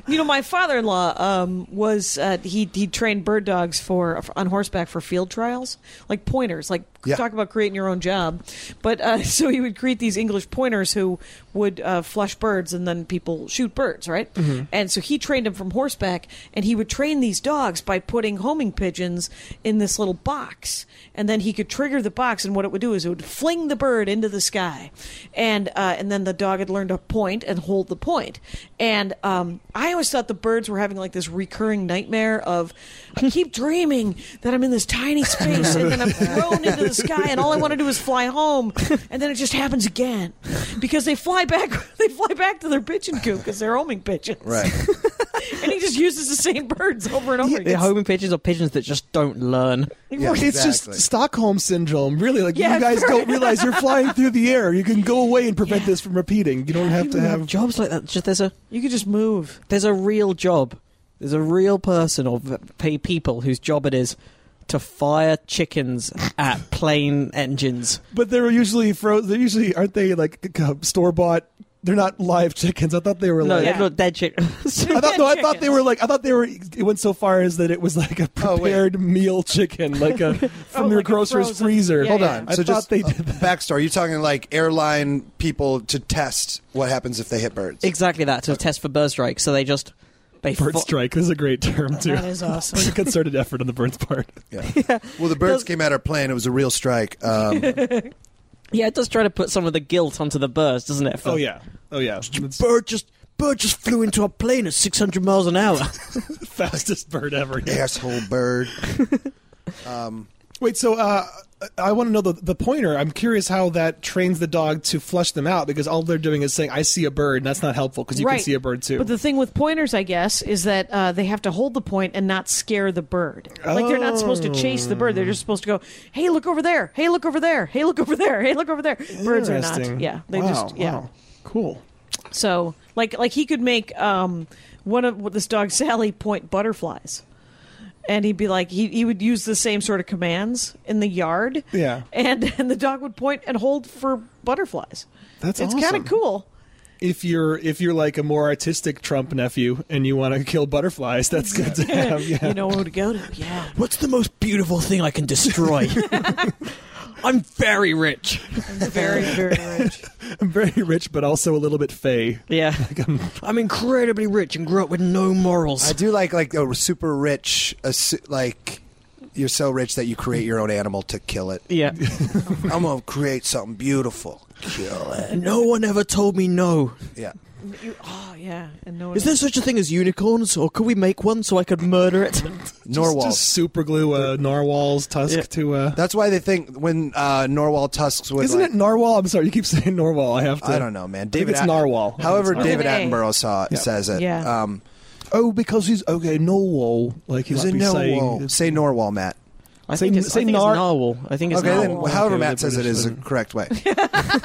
D: You know, my father-in-law um, was uh, he he trained bird dogs for on horseback for field trials, like pointers. Like
C: Yeah.
D: talk about creating your own job. But uh, so he would create these English pointers who would uh, flush birds, and then people shoot birds, right? And so he trained them from horseback, and he would train these dogs by putting homing pigeons in this little box, and then he could trigger the box, and what it would do is it would fling the bird into the sky, and uh, and then the dog had learned to point and hold the point. And um, I always thought the birds were having like this recurring nightmare of I keep dreaming that I'm in this tiny space and then I'm thrown into the sky and all I want to do is fly home, and then it just happens again because they fly back they fly back to their pigeon coop because they're homing pigeons,
C: Right.
D: and he just uses the same birds over and over
E: Yeah,
D: again.
E: homing pigeons are pigeons that just don't learn.
C: Yeah,
B: It's
C: exactly.
B: just Stockholm syndrome, really. Like
D: Yeah,
B: you guys
D: for-
B: don't realize you're flying through the air. You can go away and prevent this from repeating. You don't have to
E: People
B: have.
E: jobs like that. Just there's a
D: you could just move.
E: there's a real job. There's a real person or v- pe- people whose job it is to fire chickens at plane engines.
B: But they're usually frozen. They're usually aren't they like store bought? They're not live chickens. I thought they were
E: No,
B: like.
E: they're not dead chickens.
B: I thought, no, I
D: Chickens.
B: thought they were like I thought they were. It went so far as that it was like a
C: Oh, wait.
B: prepared meal chicken, Oh, like a from your
D: like a
B: grocer's
D: frozen-
B: freezer.
D: yeah,
B: Hold
D: yeah.
B: on, I thought they did. That.
C: backstory. You're talking like airline people to test what happens if they hit birds.
E: exactly that to test for bird strike. So they just they
B: Bird
E: fo-
B: strike is a great term too.
D: That is awesome.
B: It's a concerted effort on the bird's part.
C: Yeah. Well, the birds came at our plane. It was a real strike. Um,
E: Yeah, it does try to put some of the guilt onto the birds, doesn't it? for-
B: Oh yeah, oh yeah. It's
E: bird just bird just flew into a plane at 600 miles an hour.
B: the fastest bird ever.
C: asshole bird.
B: Wait, so uh, I want to know the, the pointer. I'm curious how that trains the dog to flush them out because all they're doing is saying, "I see a bird," and that's not helpful because you
D: right.
B: can see a bird too.
D: But the thing with pointers, I guess, is that uh, they have to hold the point and not scare the bird. Like they're not supposed to chase the bird. They're just supposed to go, "Hey, look over there! Hey, look over there! Hey, look over there! Hey, look over there!" Birds are
B: Interesting.
D: not. Yeah, they
B: Wow,
D: just yeah.
B: wow. Cool.
D: So like like he could make um, one of what this dog Sally point butterflies. and he'd be like, he, he would use the same sort of commands in the yard.
B: Yeah.
D: And, and the dog would point and hold for butterflies.
B: That's
D: It's kind
B: awesome.
D: of cool.
B: If you're if you're like a more artistic Trump nephew and you want to kill butterflies, that's good to have. Yeah.
D: You know where to go to. Yeah.
E: What's the most beautiful thing I can destroy? I'm very rich.
D: Very, very rich.
B: I'm very rich, but also a little bit fey.
E: Yeah. I'm incredibly rich and grew up with no morals.
C: I do like like a super rich, a su- like you're so rich that you create your own animal to kill it.
E: yeah.
C: I'm gonna create something beautiful, kill it.
E: no one ever told me no.
C: Yeah,
D: You, oh, yeah. And no one
E: Is there such a thing as unicorns, or could we make one so I could murder it?
C: Norwals.
B: Just super glue a narwhal's tusk
E: Yeah.
B: to a.
C: That's why they think when uh, narwhal tusks would.
B: Isn't
C: like-
B: it narwhal? I'm sorry, you keep saying narwhal. I have to.
C: I don't know, man.
B: think
C: David
B: it's
C: At-
B: narwhal.
C: However,
D: It's
C: David
D: narwhal.
C: Attenborough saw it,
B: Yeah.
C: says it.
D: Yeah.
C: Um,
B: Oh, because he's okay. Narwhal, like he
C: is
B: might
C: it
B: be
C: narwhal?
B: saying.
C: Say narwhal, Matt.
E: I
B: Say-
E: think it's,
B: say
E: I think
B: nar-
E: it's narwhal. I think it's
C: Okay, then
E: narwhal.
C: however
B: Okay,
C: Matt
B: the
C: says it
B: British
C: is the
B: doesn't-
C: correct way.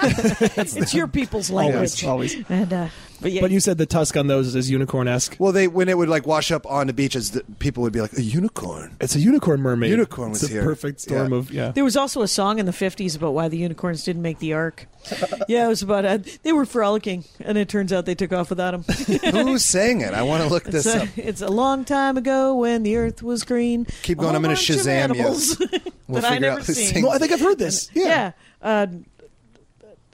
D: it's your people's
C: Oh,
B: Always,
D: language.
B: always.
D: And uh,
E: But yeah,
B: But you said the tusk on those is unicorn esque.
C: Well, they when it would like wash up onto beaches, the, people would be like, "A unicorn."
B: It's a unicorn mermaid.
C: Unicorn
B: It's
C: was
B: a
C: here.
B: perfect storm
C: Yeah.
B: of yeah.
D: there was also a song in the 50s about why the unicorns didn't make the ark. Yeah, it was about uh, they were frolicking, and it turns out they took off without them.
C: Who sang it? I want to look this
D: it's, a,
C: up.
D: it's a long time ago when the earth was green.
C: Keep going,
D: A
C: I'm gonna
D: whole bunch of
C: Shazam you.
D: animals
C: We'll
D: that I
C: figure
D: never
C: out who
D: seen.
C: sings.
B: No, I think I've heard this. Yeah.
D: yeah. Uh,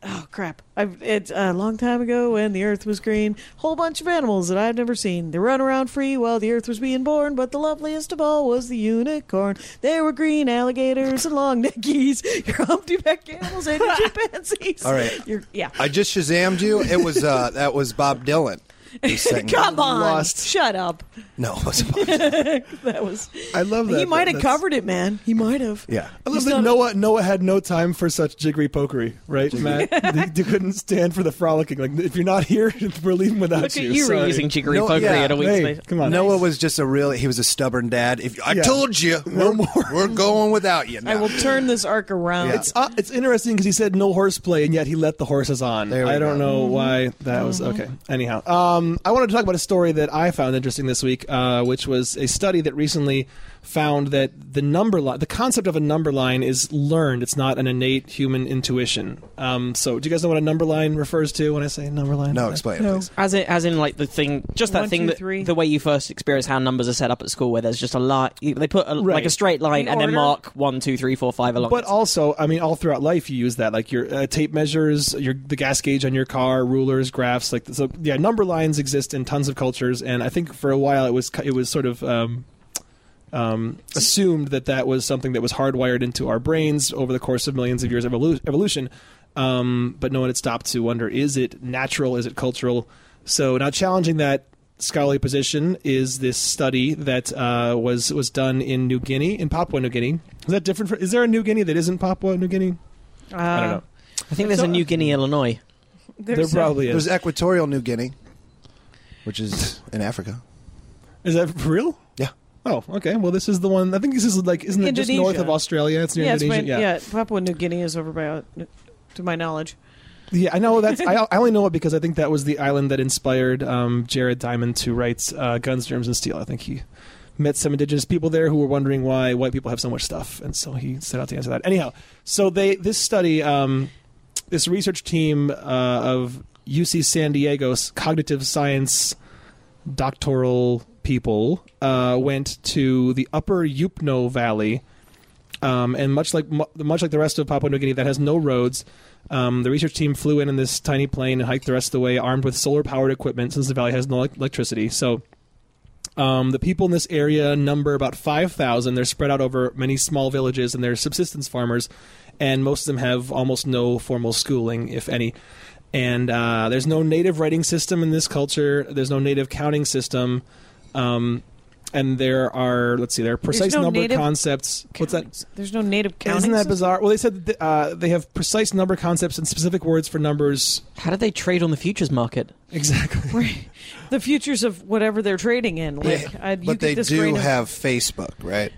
D: oh crap! I've, it's a long time ago when the Earth was green. Whole bunch of animals that I've never seen. They run around free while the Earth was being born. But the loveliest of all was the unicorn. They were green alligators and long neck geese. Your humpty back camels and your chimpanzees.
C: All right.
D: You're, yeah.
C: I just shazammed you. It was uh, that was Bob Dylan. who sang it.
D: Come on.
B: Lost.
D: Shut up.
C: No, it was Bob Dylan.
D: That was.
B: I love that.
D: he might
B: though.
D: have
B: That's-
D: covered it, man. He might have.
C: Yeah.
B: I love that Noah Noah had no time for such jiggery pokery, right, Matt? They- they couldn't stand for the frolicking. Like if you're not here, we're leaving without
E: look at
B: you.
E: you
B: Sorry.
E: reusing jiggery
C: No,
E: pokery
C: yeah.
E: at a week's
B: Hey,
E: notice.
B: come on.
C: Noah was just a real. He was a stubborn dad. If I
B: Yeah.
C: told you, no more. We're going without you.
D: I
C: now.
D: will turn this arc around.
C: Yeah.
B: It's uh, it's interesting because he said no horseplay, and yet he let the horses on.
C: There we
B: I don't
C: go.
B: know why that was okay. Anyhow, um, I wanted to talk about a story that I found interesting this week, uh, which was a study that recently found that the number line, the concept of a number line, is learned. It's not an innate human intuition. Um, so, do you guys know what a number line refers to when I say number line?
C: No, explain it,
D: No.
C: please.
E: As in, as in, like the thing, just that
D: One,
E: thing
D: two,
E: that
D: three.
E: the way you first experience how numbers are set up at school, where there's just a line. They put a,
B: Right.
E: like a straight line
D: In
E: and then
D: order.
E: mark one, two, three, four, five along.
B: But
E: it.
B: also, I mean, all throughout life, you use that, like your uh, tape measures, your the gas gauge on your car, rulers, graphs, like so. Yeah, number lines exist in tons of cultures, and I think for a while it was cu- it was sort of um, um, assumed that that was something that was hardwired into our brains over the course of millions of years of evolu- evolution. Um, but no one had stopped to wonder: is it natural? Is it cultural? So now challenging that scholarly position is this study that uh, was was done in New Guinea, in Papua New Guinea. Is that different? For, is there a New Guinea that isn't Papua New Guinea?
D: Uh,
B: I don't know.
E: I think there's
D: so-
E: a New
B: Mm.
E: Guinea, Illinois.
B: There
D: a-
B: probably
C: There's
B: is.
C: Equatorial New Guinea, which is in Africa.
B: Is that for real?
C: Yeah.
B: Oh, okay. Well, this is the one. I think this is like isn't it just north
D: Indonesia.
B: of Australia? It's near
D: yeah, it's
B: Indonesia.
D: my- yeah. Papua New Guinea is over by, uh, to my knowledge.
B: Yeah, I know that's. I, I only know it because I think that was the island that inspired um, Jared Diamond to write uh, Guns, Germs, and Steel. I think he met some indigenous people there who were wondering why white people have so much stuff, and so he set out to answer that. Anyhow, so they this study, um, this research team uh, of UC San Diego's cognitive science doctoral people uh, went to the upper Yupno Valley. Um, and much like mu- much like the rest of Papua New Guinea, that has no roads, um, the research team flew in in this tiny plane and hiked the rest of the way, armed with solar-powered equipment, since the valley has no elec- electricity. So, um, the people in this area number about five thousand. They're spread out over many small villages, and they're subsistence farmers, and most of them have almost no formal schooling, if any. And uh, there's no native writing system in this culture. There's no native counting system. Um, and there are let's see, there are precise
D: no
B: number
D: native
B: concepts. What's that?
D: There's no native counting.
B: Isn't that
D: system?
B: bizarre? Well, they said that, uh, they have precise number concepts and specific words for numbers.
E: How did they trade on the futures market?
B: Exactly.
D: the futures of whatever they're trading in. Like, I, you
C: but
D: get
C: they
D: this
C: do
D: grain of-
C: have Facebook, right?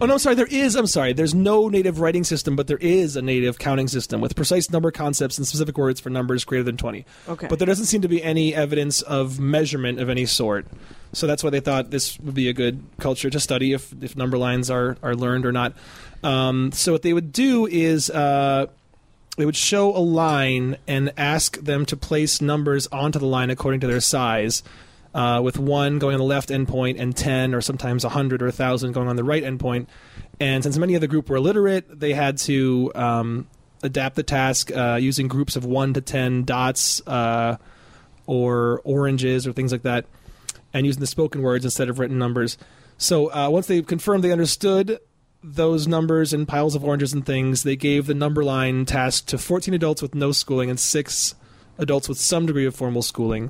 B: Oh no, I'm sorry. There is. I'm sorry. There's no native writing system, but there is a native counting system with precise number concepts and specific words for numbers greater than 20.
D: Okay.
B: But there doesn't seem to be any evidence of measurement of any sort. So that's why they thought this would be a good culture to study if if number lines are are learned or not. Um, so what they would do is. Uh, they would show a line and ask them to place numbers onto the line according to their size, uh, with one going on the left endpoint and 10 or sometimes 100 or 1,000 going on the right endpoint. And since many of the group were illiterate, they had to um, adapt the task uh, using groups of 1 to 10 dots uh, or oranges or things like that, and using the spoken words instead of written numbers. So uh, once they confirmed they understood those numbers and piles of oranges and things, they gave the number line task to 14 adults with no schooling and six adults with some degree of formal schooling.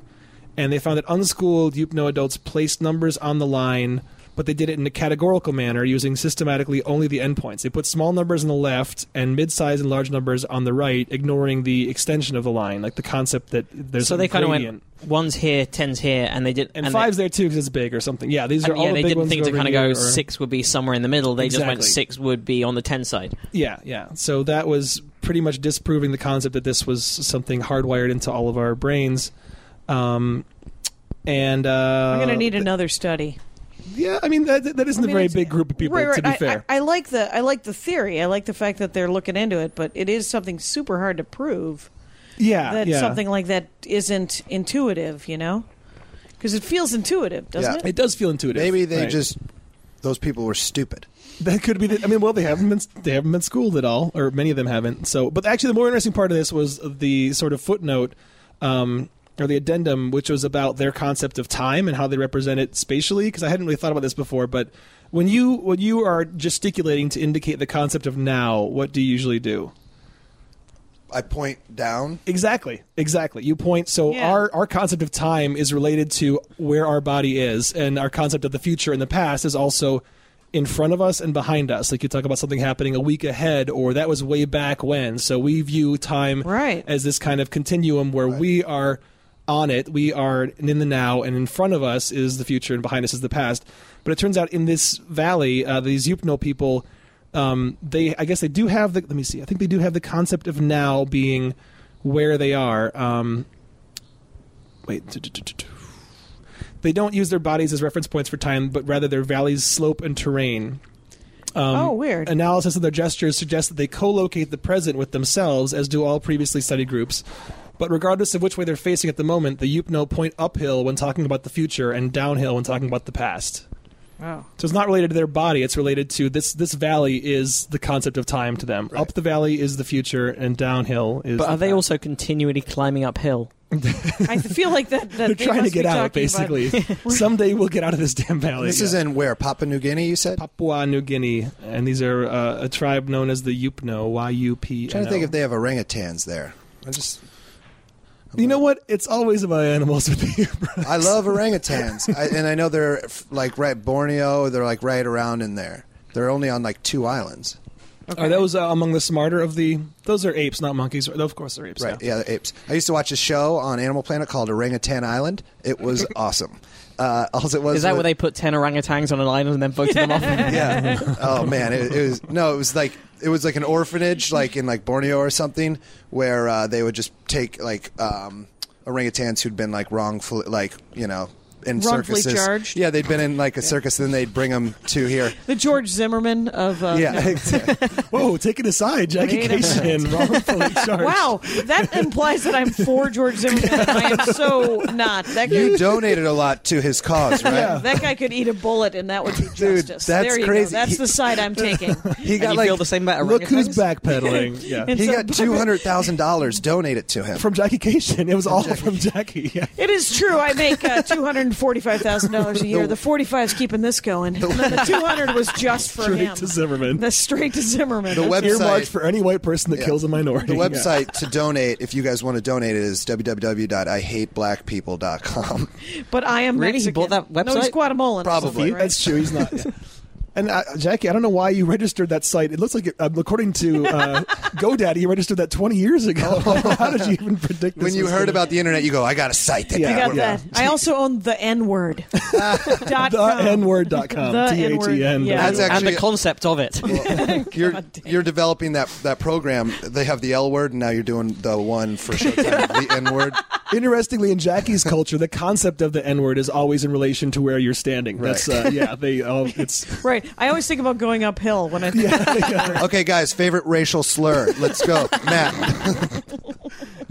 B: And they found that unschooled Yupno adults placed numbers on the line, but they did it in a categorical manner using systematically only the endpoints. They put small numbers on the left and mid-sized and large numbers on the right, ignoring the extension of the line, like the concept that there's
E: So
B: a
E: they kind of
B: gradient.
E: went one's here, ten's here, and they did
B: and,
E: and
B: five's
E: They,
B: there too because it's big or something. Yeah, these are
E: and
B: all
E: yeah,
B: the
E: they
B: big
E: didn't
B: ones
E: think to
B: over
E: kind of go
B: here, or-
E: six would be somewhere in the middle. They just went
B: Exactly.
E: six would be on the ten side.
B: Yeah, yeah. So that was pretty much disproving the concept that this was something hardwired into all of our brains. Um, and uh,
D: I'm going to need another study.
B: Yeah, I mean that, that isn't
D: I
B: a
D: mean,
B: very
D: it's-
B: big group of people
D: Right, right.
B: to be
D: I,
B: fair.
D: I, I like the I like the theory. I like the fact that they're looking into it, but it is something super hard to prove
B: yeah,
D: that
B: yeah.
D: something like that isn't intuitive. You know, because it feels intuitive, doesn't
C: Yeah.
D: it?
B: It does feel intuitive.
C: Maybe they
B: Right.
C: just those people were stupid.
B: That could be. The, I mean, well, they haven't been they haven't been schooled at all, or many of them haven't. So, but actually, the more interesting part of this was the sort of footnote um, or the addendum, which was about their concept of time and how they represent it spatially. Because I hadn't really thought about this before, but when you when you are gesticulating to indicate the concept of now, what do you usually do?
C: I point down.
B: Exactly, exactly. You point. So
D: Yeah.
B: our our concept of time is related to where our body is, and our concept of the future and the past is also in front of us and behind us. Like you talk about something happening a week ahead, or that was way back when. So we view time
D: Right.
B: as this kind of continuum where we are on it, we are in the now, and in front of us is the future, and behind us is the past. But it turns out in this valley, uh, these Yupno people, um, they I guess they do have the. Let me see. I think they do have the concept of now being where they are. Um, wait. They don't use their bodies as reference points for time, but rather their valley's slope and terrain. Um,
D: Oh, weird.
B: Analysis of their gestures suggests that they co-locate the present with themselves, as do all previously studied groups. But regardless of which way they're facing at the moment, the Yupno point uphill when talking about the future and downhill when talking about the past.
D: Wow.
B: So it's not related to their body; it's related to this. This valley is the concept of time to them. Up the valley is the future, and downhill is.
E: But
B: the
E: are they
B: past.
E: also continually climbing uphill?
D: I feel like that. that
B: They're
D: they
B: trying to
D: must be
B: get out,
D: talking about-
B: basically. Someday we'll get out of this damn valley.
C: This
B: yeah.
C: is in where Papua New Guinea. You said.
B: Papua New Guinea, and these are uh, a tribe known as the Yupno. Y U P.
C: I'm trying to think if they have orangutans there. I just
B: You know what? It's always about animals with the Yupno.
C: I love orangutans, I, and I know they're f- like right Borneo. They're like right around in there. They're only on like two islands.
B: Are those uh, among the smarter of the? Those are apes, not monkeys. Of course, they're apes.
C: Right.
B: yeah.
C: Yeah, the apes. I used to watch a show on Animal Planet called Orangutan Island. It was awesome. Uh, all it was
E: Is that
C: was-
E: where they put ten orangutans on an island and then voted them off?
C: Yeah. Oh man, it, it was no, it was like it was like an orphanage, like in like Borneo or something, where uh, they would just take like um, orangutans who'd been like wrongfully, like you know, in
D: Wrongfully
C: circuses.
D: charged?
C: Yeah, they'd been in like a circus, and then they'd bring them to here.
D: The George Zimmerman of uh,
C: Yeah,
B: Whoa, take it aside, Jackie
D: Wait a
B: Cation, wrongfully charged.
D: Wow, that implies that I'm for George Zimmerman. and I am so not. That guy,
C: you donated a lot to his cause, right?
D: that guy could eat a bullet, and that would be justice.
C: Dude, that's
D: there you
C: crazy.
D: Go. That's
C: He-
D: the side I'm taking.
C: He
E: And
C: got
E: you
C: like
E: feel the same about
B: Look who's
E: orangutans?
B: backpedaling. Yeah.
C: he
D: So-
C: got two hundred thousand dollars donated to him.
B: From Jackie Cation. It was all from Jackie. Yeah.
D: It is true. I make uh, two hundred and forty-five thousand dollars a year. The forty-five's keeping this going. And then the two hundred was just for
B: Straight
D: him.
B: to Zimmerman.
D: That's straight to Zimmerman.
C: The web-
B: Earmarked
C: Website.
B: for any white person that kills a minority.
C: The
B: Yeah.
C: website to donate, if you guys want to donate, it is www.ihateblackpeople.com.
D: but I am
E: Really? He
D: Mexican.
E: bought that
D: No, he's
E: website?
D: Guatemalan. or
C: Probably.
D: something, right?
B: That's true. He's not. And uh, Jackie, I don't know why you registered that site. It looks like, it, um, according to uh, GoDaddy, you registered that 20 years ago. How did you even predict this?
C: When you
B: was
C: heard
B: gonna-
C: about the internet, you go, I got a site that
B: Yeah.
D: I got
B: Yeah.
D: that. I also own the N word. dot
B: the
D: com. The
B: nword.com, T H
D: N-word,
B: E N.
D: yeah.
C: That's
E: and
C: actually-
E: the concept of it.
C: you're you're developing that that program. They have the L word, and now you're doing the one for Showtime, the N word.
B: Interestingly, in Jackie's culture, the concept of the N word is always in relation to where you're standing. That's
C: Right.
B: uh, yeah, they all it's
D: Right. I always think about going uphill when I
C: Okay, guys, favorite racial slur. Let's go, Matt.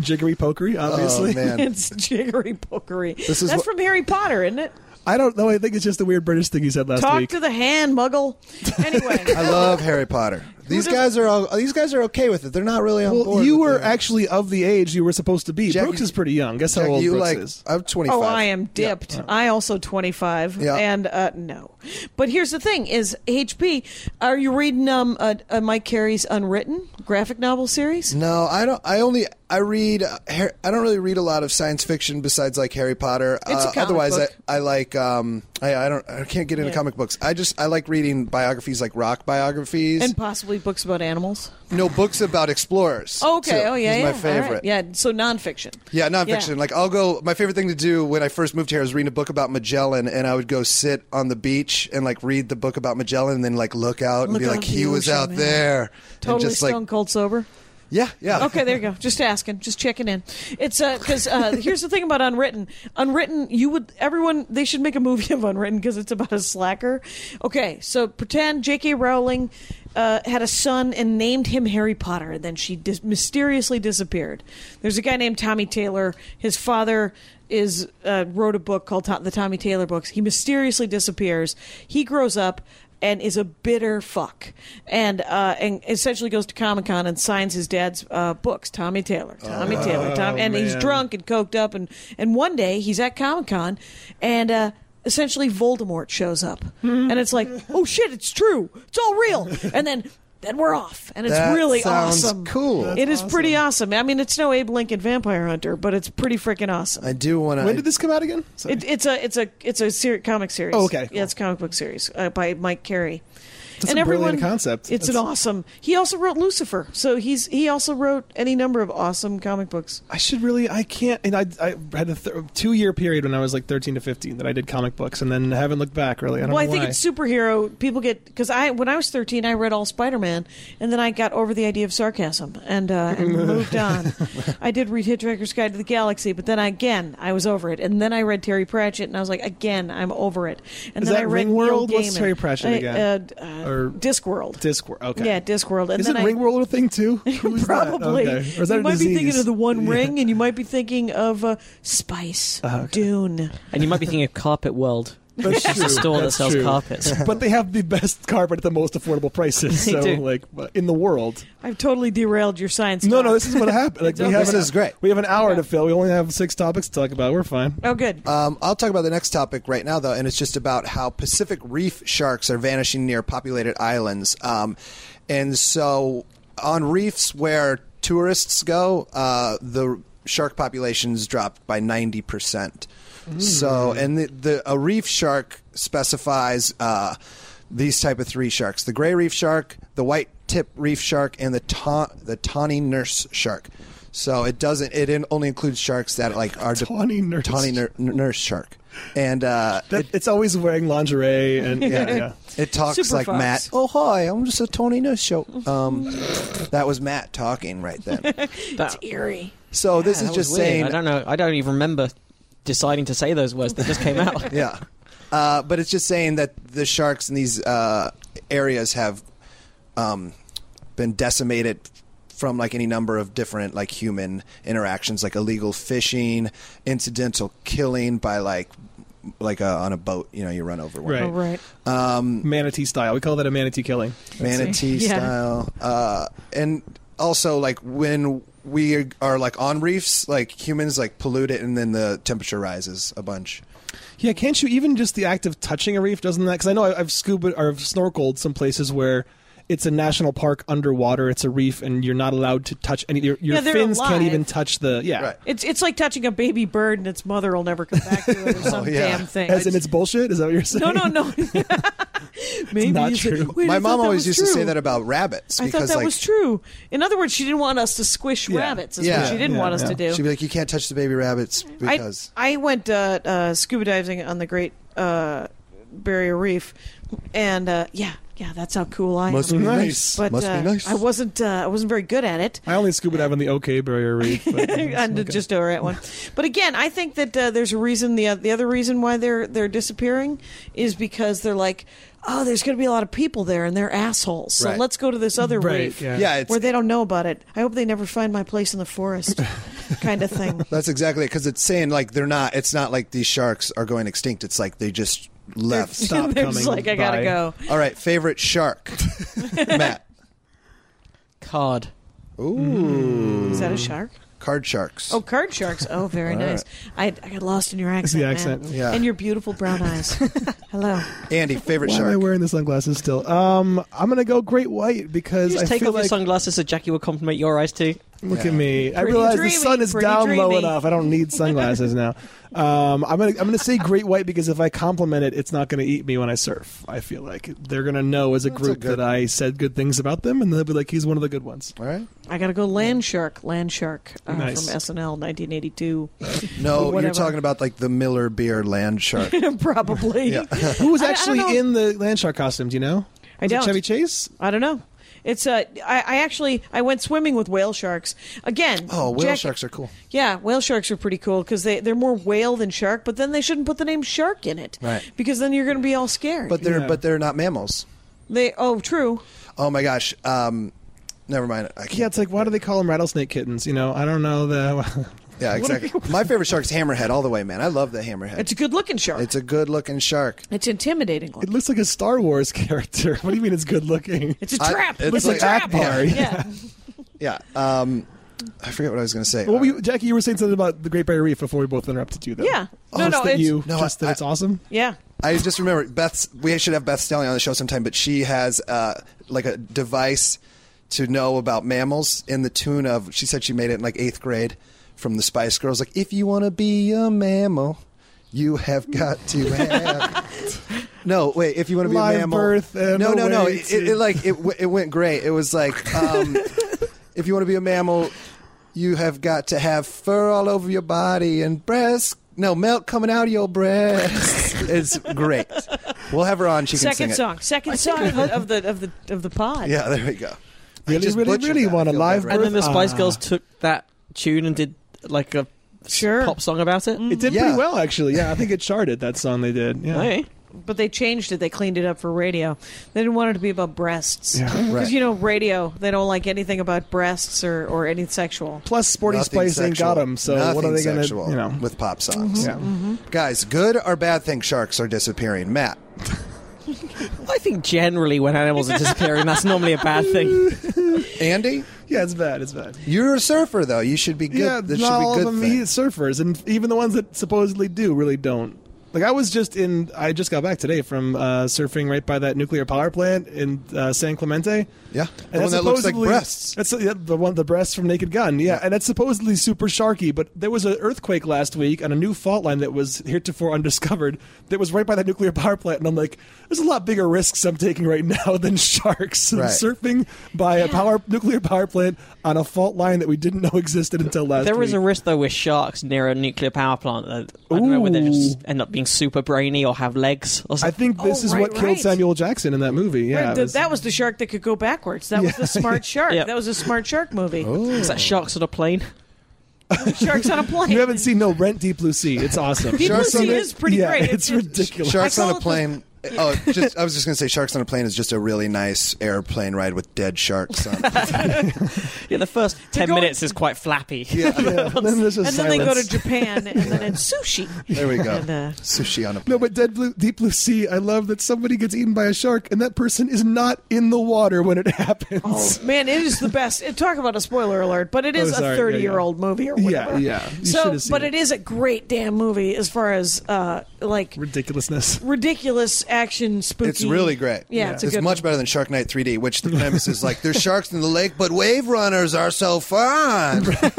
B: jiggery pokery. Obviously,
C: Oh man,
D: it's jiggery pokery.
C: This is
D: That's
C: what-
D: from Harry Potter, isn't it?
B: I don't know. I think it's just the weird British thing you said last
D: Talk
B: week.
D: to the hand, muggle. Anyway,
C: I love Harry Potter. These
D: does-
C: guys are all, these guys are okay with it. They're not really on
B: well,
C: board.
B: you
C: with
B: were
C: it.
B: actually of the age you were supposed to be.
C: Jackie-
B: Brooks is pretty young. Guess
C: Jack,
B: how old
C: you
B: Brooks
C: like
B: is?
C: I'm 25.
D: oh, I am dipped. I also 25.
C: Yeah.
D: And uh, no. But here's the thing is HP, are you reading um uh, uh, Mike Carey's Unwritten graphic novel series?
C: No, I don't. I only I read. uh, Har- I don't really read a lot of science fiction besides like Harry Potter. Uh,
D: a comic
C: otherwise,
D: book.
C: I, I like. Um, I, I don't. I can't get into
D: Yeah.
C: comic books. I just I like reading biographies, like rock biographies.
D: And possibly books about animals.
C: no books about explorers.
D: Oh, okay.
C: too,
D: oh, yeah.
C: is
D: yeah.
C: My
D: All right.
C: favorite.
D: Yeah. So nonfiction.
C: Yeah, nonfiction. Like I'll go. My favorite thing to do when I first moved here I was reading a book about Magellan, and I would go sit on the beach and like read the book about Magellan, and then like look out and
D: Look
C: be
D: out
C: like,
D: at the
C: he was
D: ocean,
C: out
D: man.
C: there,
D: Totally
C: and just
D: stone
C: like,
D: cold sober.
C: yeah, yeah.
D: Okay, there you go. Just asking, just checking in. It's because uh, here's the thing about Unwritten. Unwritten, you would everyone they should make a movie of Unwritten because it's about a slacker. Okay, so pretend J.K. Rowling uh, had a son and named him Harry Potter, and then she dis- mysteriously disappeared. There's a guy named Tommy Taylor. His father is uh, wrote a book called To- the Tommy Taylor books. He mysteriously disappears. He grows up and is a bitter fuck, and uh, and essentially goes to Comic Con and signs his dad's uh, books, Tommy Taylor, Tommy
C: Oh,
D: Taylor, Tom, and he's
B: man.
D: drunk and coked up, and and one day he's at Comic Con, and. Uh, Essentially, Voldemort shows up,
C: Hmm.
D: and it's like, oh shit, it's true, it's all real, and then then we're off, and it's
C: That
D: really
C: sounds
D: awesome,
C: cool. That's
D: It is pretty awesome. I mean, it's no Abe Lincoln Vampire Hunter, but it's pretty freaking awesome.
C: I do want to.
B: when did this come out again? Sorry.
D: It, it's a it's a it's a ser- comic series.
B: Oh, okay,
D: yeah, it's a comic book series uh, by Mike Carey.
B: That's a brilliant concept.
D: It's an
B: That's-
D: awesome. He also wrote Lucifer, so he's he also wrote any number of awesome comic books.
B: I should really. I can't. And I, I had a th- two year period when I was like thirteen to fifteen that I did comic books, and then haven't looked back really. I don't
D: well, I
B: know
D: think
B: why.
D: it's superhero. People get because I when I was thirteen, I read all Spider Man, and then I got over the idea of sarcasm and, uh, and moved on. I did read Hitchhiker's Guide to the Galaxy, but then again, I was over it. And then I read Terry Pratchett, and I was like, again, I'm over it. And
B: Is
D: then
B: that
D: I read
B: Ringworld?
D: Neil
B: What's
D: Gaiman.
B: Terry Pratchett
D: I-
B: again?
D: Uh,
B: Or-
D: uh, Discworld.
B: Discworld. Okay.
D: Yeah, Discworld. And
B: Isn't
D: then I-
B: Ringworld a thing too? Who is that?
D: Probably.
B: Okay. Or is that
D: you
B: a
D: might be thinking
B: disease?
D: of the One Ring, and you might be thinking of uh, Spice,
B: Oh,
D: Dune.
E: and you might be thinking of Carpet World,
B: That's
E: which is a
B: true.
E: store
B: That's
E: that sells
B: true.
E: carpets.
B: but they have the best carpet at the most affordable prices.
E: They
B: So,
E: do.
B: like but in the world.
D: I've totally derailed your science.
B: No,
D: talk.
B: no, this is what happened. Like we have
C: This
B: an-
C: is great.
B: We have an hour to fill. We only have six topics to talk about. We're fine.
D: Oh, good.
C: Um, I'll talk about the next topic right now, though, and it's just about how Pacific reef sharks are vanishing near populated islands. Um, and so, on reefs where tourists go, uh, the shark populations dropped by 90%. So,
B: Hmm.
C: and the, the, a reef shark specifies uh, these type of three sharks the gray reef shark, the white tip reef shark, and the, ta- the tawny nurse shark. So it doesn't. It in, only includes sharks that like are de-
B: Tawny nurse.
C: tawny nur- nurse shark, and uh,
B: That, it's always wearing lingerie and yeah, yeah.
C: it talks
D: Super
C: like
D: fox.
C: Matt. Oh hi, I'm just a tawny nurse shark. Um, that was Matt talking right then.
E: That-
D: Eerie.
C: So this
E: that
C: is
E: was
C: just
E: weird.
C: saying.
E: I don't know. I don't even remember deciding to say those words that just came out.
C: yeah. Uh, but it's just saying that the sharks in these uh, areas have um, been decimated from like any number of different like human interactions, like illegal fishing, incidental killing by like like uh on a boat. You know, you run over one.
B: Right.
D: Oh, right.
B: manatee style. We call that a manatee killing.
C: manatee
D: Yeah.
C: style. Uh, and also, like when we are like on reefs, like humans like pollute it, and then the temperature rises a bunch.
B: Yeah, can't you even just the act of touching a reef doesn't that? Because I know I- I've scuba or I've snorkeled some places where it's a national park underwater. It's a reef, and you're not allowed to touch any. Your, your
D: Yeah, they're
B: fins
D: alive.
B: can't even touch the. Yeah,
C: Right.
D: It's it's like touching a baby bird and its
B: Oh,
D: mother will never come back to it or some
C: yeah.
D: damn thing.
B: as in it's bullshit. Is that what you're saying?
D: no, no, no. Maybe
B: not
D: you said-
B: true.
D: Wait, I
C: My
D: thought
C: mom
D: that
C: always
D: was
C: used to say
D: true.
C: that about rabbits
D: I thought
C: because
D: that
C: like
D: was true. In other words, she didn't want us to squish
B: Yeah.
D: rabbits. Is
C: Yeah.
D: what she didn't
B: Yeah,
D: want us
B: yeah.
D: to do.
C: she'd be like, you can't touch the baby rabbits
D: I-
C: because
D: I, went uh, uh, scuba diving on the Great uh, Barrier Reef, and uh, yeah, yeah, that's how cool I
C: must
D: am.
C: be
B: Nice.
C: nice.
D: but
C: must
D: uh,
C: be nice.
D: I wasn't. Uh, I wasn't very good at it.
B: I only scuba dive on the OK Barrier Reef. But,
D: and
B: okay.
D: just over at one. But again, I think that uh, there's a reason. The the other reason why they're they're disappearing is because they're like, oh, there's going to be a lot of people there, and they're assholes. So
C: Right.
D: let's go to this other
B: Right,
D: reef
B: yeah.
C: yeah, it's,
D: where they don't know about it. I hope they never find my place in the forest, kind of thing.
C: that's exactly because it's saying like they're not. It's not like these sharks are going extinct. It's like they just left.
B: Stop
D: they're
B: coming
D: just like, I gotta
B: by.
D: go.
C: All right, favorite shark, Matt.
E: Card.
C: Ooh,
D: Is that a shark?
C: card sharks.
D: Oh, card sharks. Oh, very nice. I, I got lost in your accent.
B: the
D: man.
B: accent.
C: Yeah.
D: And your beautiful brown eyes. Hello.
C: Andy, favorite
B: Why am I
C: shark.
B: wearing the sunglasses still? Um, I'm gonna go Great White because
E: You just
B: I
E: take
B: feel
E: off your
B: like
E: sunglasses so Jackie will compliment your eyes too.
B: Look
C: Yeah.
B: at me. I
D: Pretty
B: realize
D: dreamy,
B: the sun is
D: pretty
B: down low
D: dreamy.
B: enough. I don't need sunglasses now. Um, I'm gonna I'm gonna say great white because if I compliment it, it's not gonna eat me when I surf. I feel like they're gonna know as a
C: That's a
B: group
C: good-
B: that I said good things about them, and they'll be like, he's one of the good ones.
C: All right.
D: I gotta go land shark. Land shark uh,
B: Nice.
D: from SNL 1982.
C: No, you're
D: Whatever.
C: talking about like the Miller Beer Land Shark.
D: Probably.
C: Yeah.
B: Who was
D: I- I don't
B: actually
D: know.
B: in the Landshark costume? Do you know?
D: I
B: Was it
D: don't.
B: Chevy Chase.
D: I don't know. It's uh, I, I actually I went swimming with whale sharks again.
C: Oh, whale
D: Jack-
C: sharks are cool.
D: Yeah, whale sharks are pretty cool because they they're more whale than shark. But then they shouldn't put the name shark in it,
C: Right.
D: Because then you're gonna be all scared.
C: But they're
B: Yeah.
C: but they're not mammals.
D: they oh true.
C: Oh my gosh. Um, never mind. I can't.
B: Yeah, it's like why do they call them rattlesnake kittens? You know, I don't know the.
C: Yeah, exactly. My favorite shark's hammerhead all the way, man. I love the hammerhead.
D: It's a good looking shark.
C: It's a good looking shark.
D: It's intimidating.
B: it looks like a Star Wars character. What do you mean it's good looking?
D: It's a
C: I-
D: trap.
C: it's
D: it's
C: like
D: a trap.
B: Akbar,
D: Yeah.
C: Yeah. Um, I forget what I was going to say.
B: Well, we, Jackie, you were saying something about the Great Barrier Reef before we both interrupted you, though.
D: Yeah. No,
B: Just
D: no,
B: that
D: it's-
B: you,
C: No,
B: just that
C: I-
B: it's awesome.
D: yeah.
C: I just remember Beth's. We should have Beth Stanley on the show sometime, but she has uh, like a device to know about mammals in the tune of. She said she made it in like eighth grade from the Spice Girls. Like, if you want to be a mammal, you have got to have. no, wait. If you want to be
B: Live
C: a mammal,
B: birth and
C: no, no, no.
B: away
C: It,
B: to-
C: it, it like it. w- It went great. It was like, um, if you want to be a mammal, you have got to have fur all over your body and breasts. No, milk coming out of your breasts. it's great. We'll have her on. She can
D: Second
C: sing
D: song. Second song of the, of the of the of the pod.
C: It. Yeah, there we go. I
B: Really,
C: just
B: really,
C: butchered
B: really
C: that. I
B: want a
C: feel
B: live
C: bad right
E: And then the Spice
B: Ah.
E: Girls took that tune and did like a s-
D: Sure.
E: pop song about it.
B: It did
C: Yeah.
B: pretty well, actually. Yeah, I think it charted that song they did. Yeah.
E: Okay.
D: But they changed it. They cleaned it up for radio. They didn't want it to be about breasts.
B: Yeah.
D: Because
C: Right.
D: you know, radio they don't like anything about breasts or or any sexual.
B: Plus, Sporting
C: Nothing
B: Spice ain't got
C: sexual.
B: them, so
C: Nothing
B: what are they going to,
C: sexual
B: you know? Mm-hmm.
C: with pop songs?
B: yeah.
C: Guys, good or bad thing sharks are disappearing? Matt,
E: I think generally when animals are disappearing, that's normally a bad thing.
C: Andy,
B: yeah, it's bad. It's bad.
C: you're a surfer though. You should be good.
B: Yeah,
C: this
B: not
C: should be
B: all
C: good
B: of them
C: thing.
B: eat surfers, and even the ones that supposedly do really don't. Like I was just in, I just got back today from uh, surfing right by that nuclear power plant in uh, San Clemente.
C: Yeah. The
B: and
C: one
B: that's
C: that looks like
B: supposedly-
C: breasts.
B: That's yeah, the one, the breasts from Naked Gun. Yeah, and that's supposedly super sharky. But there was an earthquake last week and a new fault line that was heretofore undiscovered that was right by that nuclear power plant. And I'm like, there's a lot bigger risks I'm taking right now than sharks and
C: Right.
B: surfing by a power nuclear power plant on a fault line that we didn't know existed until last.
E: There
B: week.
E: is a risk though with sharks near a nuclear power plant that I don't know whether they just end up being super brainy or have legs or
B: I
E: something.
B: think this
D: Oh,
B: is
D: right,
B: what
D: right.
B: killed Samuel Jackson in that movie. Yeah,
D: Right,
B: it
D: the-
B: was-
D: that was the shark that could go backwards. That was the smart shark.
E: Yeah.
D: That was a smart shark movie.
C: Oh.
E: Is that sharks on a plane?
D: Sharks on a plane.
B: you haven't seen No Rent Deep Blue Sea. It's awesome.
D: Deep Blue
C: Sharks on
D: Sea
C: a-
D: is pretty
B: yeah,
D: great.
B: It's, ridiculous.
C: Sharks
D: I
C: on a
D: call it the-
C: plane. Oh, just I was just gonna say, sharks on a plane is just a really nice airplane ride with dead sharks on. it.
E: Yeah, the first ten
D: going-
E: minutes is quite flappy.
B: Yeah, and then there's just
D: And then they go to
B: silence.
D: Japan, and then it's sushi.
C: There we go.
D: And, uh,
C: Sushi on a plane.
B: No, but Dead Blue, Deep Blue Sea, I love that somebody gets eaten by a shark and that person is not in the water when it happens.
D: Oh man, it is the best. It- Talk about a spoiler alert, but it is
B: Oh, sorry. Yeah,
D: a
B: yeah.
D: thirty-year-old movie or whatever.
B: yeah. You should
D: So,
B: have seen
D: but
B: it.
D: it is a great damn movie as far as uh, like
B: Ridiculousness.
D: ridiculous action spooky.
C: It's really great.
D: Yeah, it's a good
C: much
D: one.
C: better than Shark Night 3D, which the premise is like there's sharks in the lake, but wave runners are so fun.
D: yeah,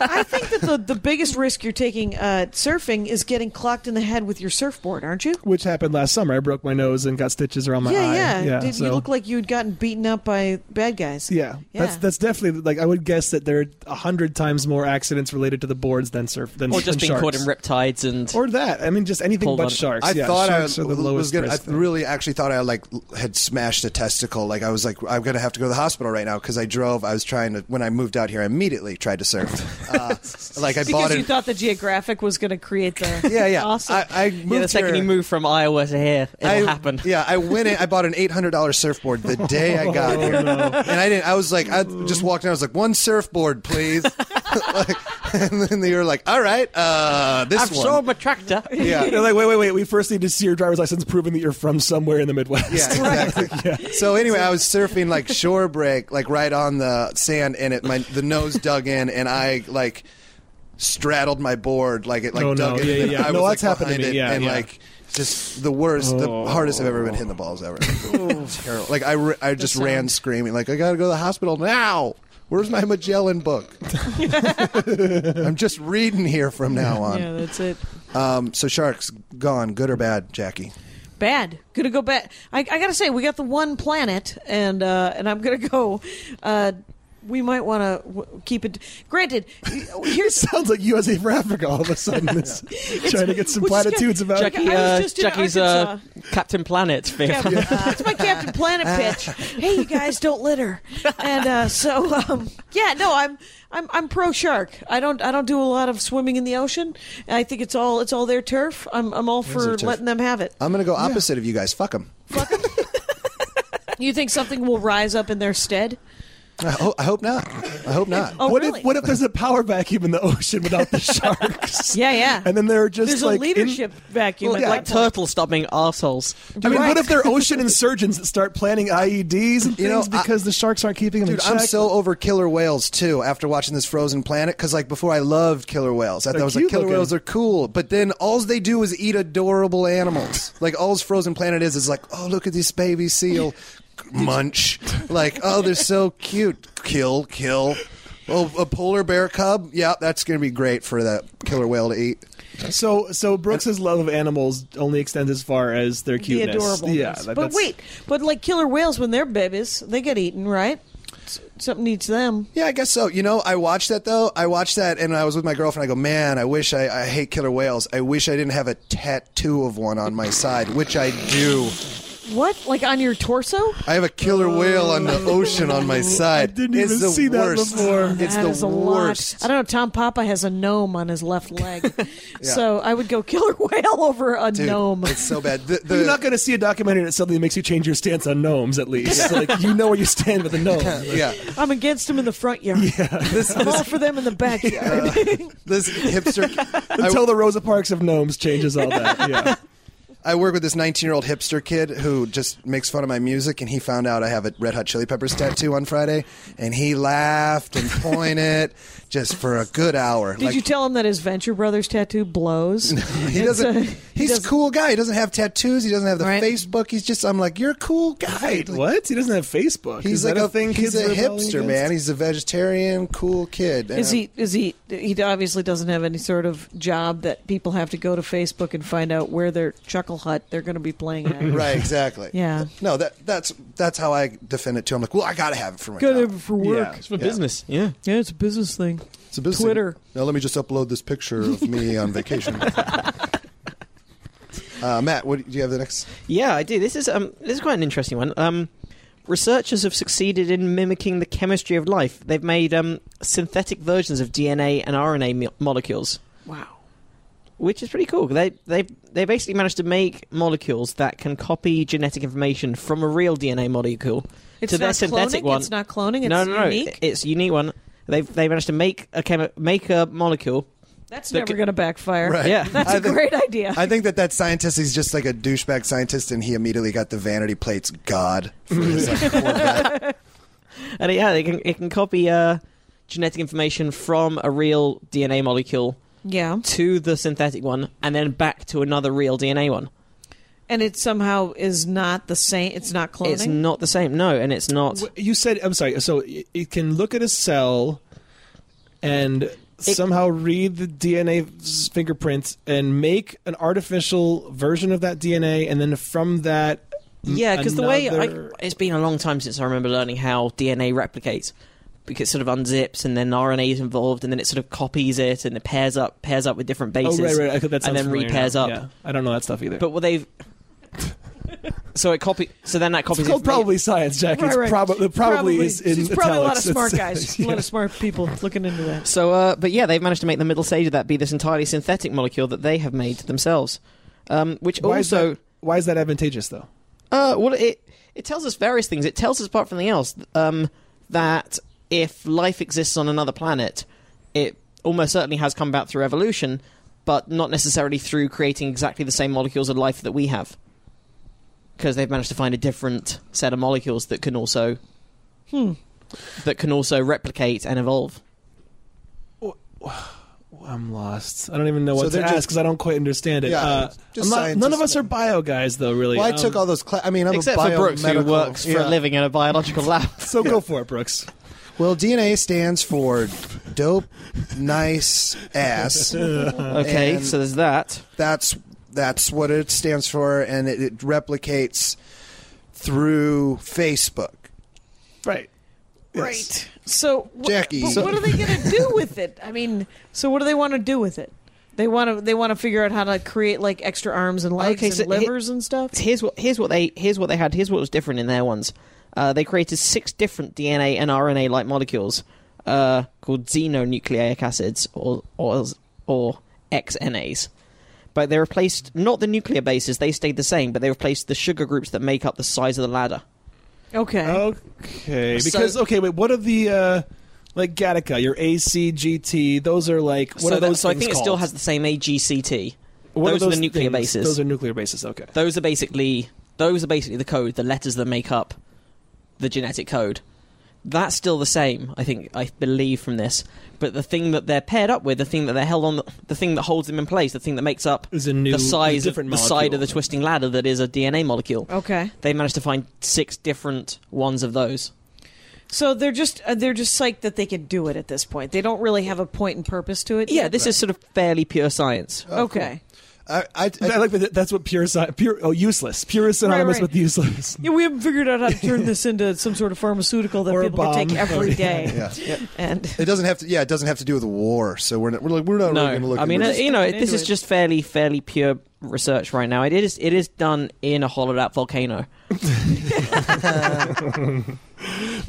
D: I think that the, the biggest risk you're taking uh, surfing is getting clocked in the head with your surfboard, aren't you?
B: which happened last summer. I broke my nose and got stitches around my
D: yeah,
B: eye.
D: yeah.
B: yeah.
D: Did, You
B: so-
D: look like you had gotten beaten up by bad guys.
B: yeah, that's
D: Yeah.
B: that's definitely like I would guess that there are a hundred times more accidents related to the boards than surf than
E: or just
B: than
E: being
B: sharks.
E: caught in riptides and
B: or that. I mean, just anything
E: Hold
B: but
E: on.
B: sharks.
C: I
B: yeah,
C: thought I
B: sharks are the
C: was
B: lowest
C: gonna. I
B: risk thing.
C: really actually thought I like l- had smashed a testicle. Like I was like, I'm gonna have to go to the hospital right now because I drove. I was trying to when I moved out here. I immediately tried to surf. Uh, like I bought
D: Because
C: it.
D: you thought the geographic was going to create the
C: yeah, yeah.
D: awesome.
C: I, I moved
E: yeah, the second
C: here-
E: you move from Iowa to here, it'll
C: I,
E: happen.
C: Yeah, I went in. I bought an eight hundred dollar surfboard the day
E: Oh,
C: I got here, and I didn't. I was like, I just walked in. I was like, one surfboard, please. like, and then they were like, all right, uh, this
E: I've
C: one.
E: sold my tractor.
B: They're
C: yeah.
B: like, wait, wait, wait. We first need to see your driver's license proving that you're from somewhere in the Midwest.
C: Yeah, exactly. So anyway, I was surfing like shore break, like right on the sand, and it my the nose dug in, and I like straddled my board, like it like
B: Oh,
C: dug
B: no.
C: in.
B: Yeah,
C: and
B: yeah,
C: I
B: no,
C: was
B: that's
C: like
B: happened to
C: behind
B: me.
C: it,
B: Yeah, Oh.
C: and
B: yeah.
C: like just the worst, the hardest I've ever been hitting the balls ever. Terrible. Like I, re- I just ran screaming, like I gotta go to the hospital now. Where's my Magellan book? I'm just reading here from now on.
D: yeah, that's it.
C: Um, so sharks gone, good or bad, Jackie?
D: Bad. Gonna go bad. I, I gotta say, we got the one planet, and uh, and I'm gonna go. Uh, we might want to w- keep it. Granted, here's
B: Sounds like USA for Africa all of a sudden. It's trying to get some
D: Well, just
B: platitudes
D: get-
B: about
D: Jack-
B: it.
E: Jackie,
D: I was
E: uh,
D: just in
E: Jackie's uh, Captain Planet.
D: Captain, uh, It's my Captain Planet pitch. hey, you guys, don't litter. And uh, so, um, yeah, no, I'm I'm I'm pro shark. I don't I don't do a lot of swimming in the ocean. I think it's all it's all their turf. I'm I'm all
C: their
D: for
C: turf.
D: letting them have it.
C: I'm gonna go opposite of you guys. Fuck them.
D: You think something will rise up in their stead?
C: I, ho- I hope not. I hope not.
D: Oh,
B: what
D: really?
B: if what if there's a power vacuum in the ocean without the sharks?
D: yeah, yeah.
B: And then there are just
D: There's
B: like
D: a
B: in-
D: leadership vacuum. at
B: yeah.
D: that
E: like
D: point.
E: turtles stop being arseholes.
B: I mean, what if they're ocean insurgents that start planning IEDs and things
C: You know, I-
B: because the sharks aren't keeping them
C: Dude,
B: in
C: I'm
B: check?
C: so over killer whales too. After watching this Frozen Planet, because like before, I loved killer whales. I thought
B: They're
C: I was like,
B: cute
C: killer
B: looking.
C: whales are cool, but then all they do is eat adorable animals. like all Frozen Planet is is like, oh look at this baby seal, munch. Like oh they're so cute. Kill, kill. Oh, a polar bear cub. Yeah, that's gonna be great for that killer whale to eat.
B: so so Brooks's love of animals only extends as far as their
D: the
B: cuteness.
D: adorable.
B: Yeah, that-
D: but
B: that's-
D: wait, but like killer whales, when they're babies, they get eaten, right? S- Something eats them.
C: Yeah, I guess so. You know, I watched that though. I watched that, and I was with my girlfriend. I go, man, I wish I, I hate killer whales. I wish I didn't have a tattoo of one on my side, which I do.
D: What? Like on your torso?
C: I have a killer whale on the ocean on my side.
B: I didn't
C: It's
B: even
C: the
B: see that
C: worst.
B: before.
C: It's
D: That
C: the
D: is a
C: worst.
D: Lot. I don't know. Tom Papa has a gnome on his left leg, so I would go killer whale over a
C: Dude,
D: gnome.
C: It's so bad. The, the,
B: You're not going to see a documentary that suddenly makes you change your stance on gnomes. At least, like you know where you stand with a gnome.
C: yeah,
D: I'm against him in the front yard.
C: this
D: I'm all
C: this,
D: for them in the backyard.
C: this hipster. I-
B: Until the Rosa Parks of gnomes changes all that. Yeah.
C: I work with this 19 year old hipster kid who just makes fun of my music, and he found out I have a Red Hot Chili Peppers tattoo on Friday, and he laughed and pointed just for a good hour.
D: Did you tell him that his Venture Brothers tattoo blows?
C: he doesn't.
D: uh, he
C: he's a
D: doesn't-
C: cool guy. He doesn't have tattoos. He doesn't have the
D: Right.
C: Facebook. He's just. I'm like, you're a cool guy. Like,
B: what? He doesn't have Facebook. Is
C: He's like
B: that
C: a,
B: a, thing.
C: He's
B: kids
C: a
B: rebel
C: hipster,
B: against?
C: man. He's a vegetarian, cool kid. And
D: Is he? Is he? He obviously doesn't have any sort of job that people have to go to Facebook and find out where their chuckle hut they're going to be playing at.
C: Right. Exactly.
D: Yeah.
C: No. That that's that's how I defend it too. I'm like, well, I gotta have it for my.
D: Good
C: job.
D: for
B: work.
D: work.
B: Yeah.
E: It's for business, yeah.
D: Yeah. it's a business thing.
C: It's a business.
D: Twitter.
C: Now let me just upload this picture of me on vacation. Uh, Matt, what do you have the next?
E: Yeah, I do. This is um, this is quite an interesting one. Um, researchers have succeeded in mimicking the chemistry of life. They've made um, synthetic versions of DNA and RNA mo- molecules,
D: Wow.
E: which is pretty cool. They they they basically managed to make molecules that can copy genetic information from a real DNA molecule
D: It's
E: to their
D: not
E: synthetic
D: cloning.
E: one.
D: It's not cloning. It's
E: no, no, no,
D: unique.
E: It's a unique one. They have they managed to make a chemi- make a molecule.
D: That's
E: that
D: never
E: could-
D: going to backfire.
C: Right.
E: Yeah.
D: That's a
C: I think-
D: great idea.
C: I think that that scientist is just like a douchebag scientist, and he immediately got the vanity plates god for his like, Corvette.
E: And yeah, it can it can copy uh, genetic information from a real DNA molecule
D: yeah.
E: to the synthetic one and then back to another real DNA one.
D: And it somehow is not the same. It's not cloning.
E: It's not the same. No, and it's not.
B: Wh- You said I'm sorry. So it it can look at a cell and somehow read the DNA s- fingerprints and make an artificial version of that DNA, and then from that, m-
E: Yeah, because the way I,
B: another-
E: it's been a long time since I remember learning how DNA replicates, because it sort of unzips and then RNA is involved, and then it sort of copies it and it pairs up, pairs up with different
B: oh
E: bases,
B: right, right, I think that
E: and
B: sounds
E: then
B: familiar
E: repairs
B: now.
E: up.
B: Yeah. I don't know that stuff either.
E: But what they've so it copy so then that copies
B: it's called
E: information-
B: probably science, Jack. It's probably probably is in
D: There's probably a lot
B: italics.
D: of
B: It's-
D: smart guys, a lot of smart people looking into that.
E: So, uh, but yeah, they've managed to make the middle stage of that be this entirely synthetic molecule that they have made themselves, um, which
B: Why is
E: also
B: that- why is that advantageous though?
E: Uh, well, it it tells us various things. It tells us, apart from anything else, um, that if life exists on another planet, it almost certainly has come about through evolution, but not necessarily through creating exactly the same molecules of life that we have, because they've managed to find a different set of molecules that can also that can also replicate and evolve.
B: I'm lost. I don't even know what
C: So
B: to
C: they're
B: ask
C: just-
B: because I don't quite understand it.
C: Yeah,
B: uh,
C: just
B: I'm not- none of
C: scientists
B: us are bio guys though, really.
C: Well, I
B: Um,
C: took all those. Cla- I mean, I'm
E: Except
C: a
E: for Brooks, who
C: biomedical-
E: works for
C: yeah.
E: a living in a biological lab.
B: So go for it, Brooks.
C: Well, DNA stands for dope, nice ass.
E: Okay,
C: Uh, And-
E: so there's that.
C: that's that's what it stands for, and it, it replicates through Facebook.
B: Right.
D: Right. So wh-
C: Jackie.
D: but
C: So-
D: what are they going to do with it? I mean, so what do they want to do with it? They want to they want to figure out how to create like extra arms and legs
E: Okay,
D: and
E: so he-
D: livers and stuff.
E: here's what here's what they here's what they had. Here's what was different in their ones. Uh, they created six different DNA and RNA like molecules uh, called xenonucleic acids or or or XNAs. But they replaced not the nuclear bases; they stayed the same, but they replaced the sugar groups that make up the size of the ladder.
D: Okay.
E: Uh,
B: Okay. Because okay, wait. What are the uh, like Gattaca? Your ACGT. Those are like what
E: so
B: are
E: that-
B: those?
E: so I
B: things
E: think it
B: called?
E: still has the same AGCT.
B: What
E: those are the nuclear
B: things?
E: bases.
B: Those are nuclear bases. Okay.
E: Those are basically those are basically the code, the letters that make up the genetic code. That's still the same, I think. I believe from this, but the thing that they're paired up with, the thing that they're held on, the, the thing that holds them in place, the thing that makes up
B: Is a new
E: the size, of,
B: different
E: the side of the
B: molecule.
E: twisting ladder that is a DNA molecule.
D: Okay.
E: They managed to find six different ones of those.
D: So they're just uh, they're just psyched that they can do it at this point. They don't really have a point and purpose to it.
E: Yeah,
D: yet.
E: this is sort of fairly pure science.
B: Oh,
D: okay.
C: I, I,
B: I
C: I,
B: like that. That's what pure, sci- pure, oh, useless. Pure is synonymous
D: right.
B: with useless.
D: Yeah, we haven't figured out how to turn this into some sort of pharmaceutical that
B: Or a
D: people can take
B: bomb.
D: every day.
C: yeah.
D: And
C: It doesn't have to. Yeah, it doesn't have to do with war. So we're not, we're, like, we're not really going to
E: No,
C: look.
E: I mean,
C: into
E: uh,
C: this.
E: you know,
D: looking
E: this
D: into
E: is
D: it.
E: just fairly, fairly pure research right now. It is, it is done in a hollowed out volcano.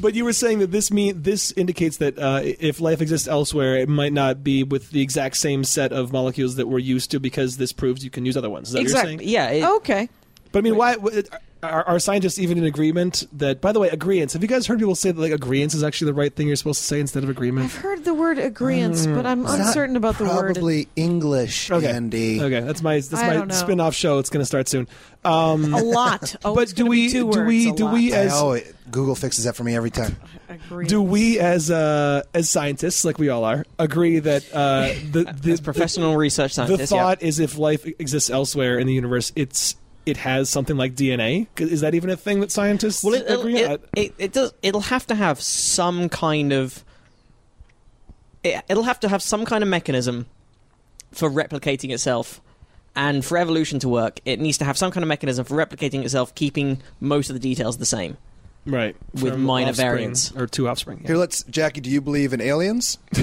B: But you were saying that this mean this indicates that uh, if life exists elsewhere, it might not be with the exact same set of molecules that we're used to, because this proves you can use other ones. Is that what you're
E: exactly.
B: saying?
E: Yeah. it-
D: okay.
B: But I mean, why w- are, are scientists even in agreement that? By the way, agreeance. Have you guys heard people say that like agreeance is actually the right thing you're supposed to say instead of agreement?
D: I've heard the word agreeance, but I'm
C: It's not
D: uncertain about the word.
C: Probably English,
B: Okay.
C: Andy.
B: Okay, that's my that's
D: I
B: my
D: don't know.
B: spin-off show. It's going to start soon. Um,
D: A lot. Oh, it's
B: but do
D: gonna be
B: we
D: two
B: do
D: words,
B: we
D: a
B: do
D: lot.
B: we
C: I
B: as
C: know oh, it, Google fixes that for me every time.
D: Agreeance.
B: do we as uh, as scientists, like we all are, agree that uh, the, the
E: as professional research
B: the
E: scientists, yeah.
B: thought is if life exists elsewhere in the universe, it's it has something like DNA. 'Cause Is that even a thing that scientists
E: Well, it,
B: agree
E: it,
B: on?
E: it, it, it does. It'll have to have some kind of. It, it'll have to have some kind of mechanism for replicating itself, and for evolution to work, it needs to have some kind of mechanism for replicating itself, keeping most of the details the same.
B: right
E: with
B: From
E: minor
B: offspring
E: variants.
B: or two offspring.
C: Here, let's. Jackie, do you believe in aliens?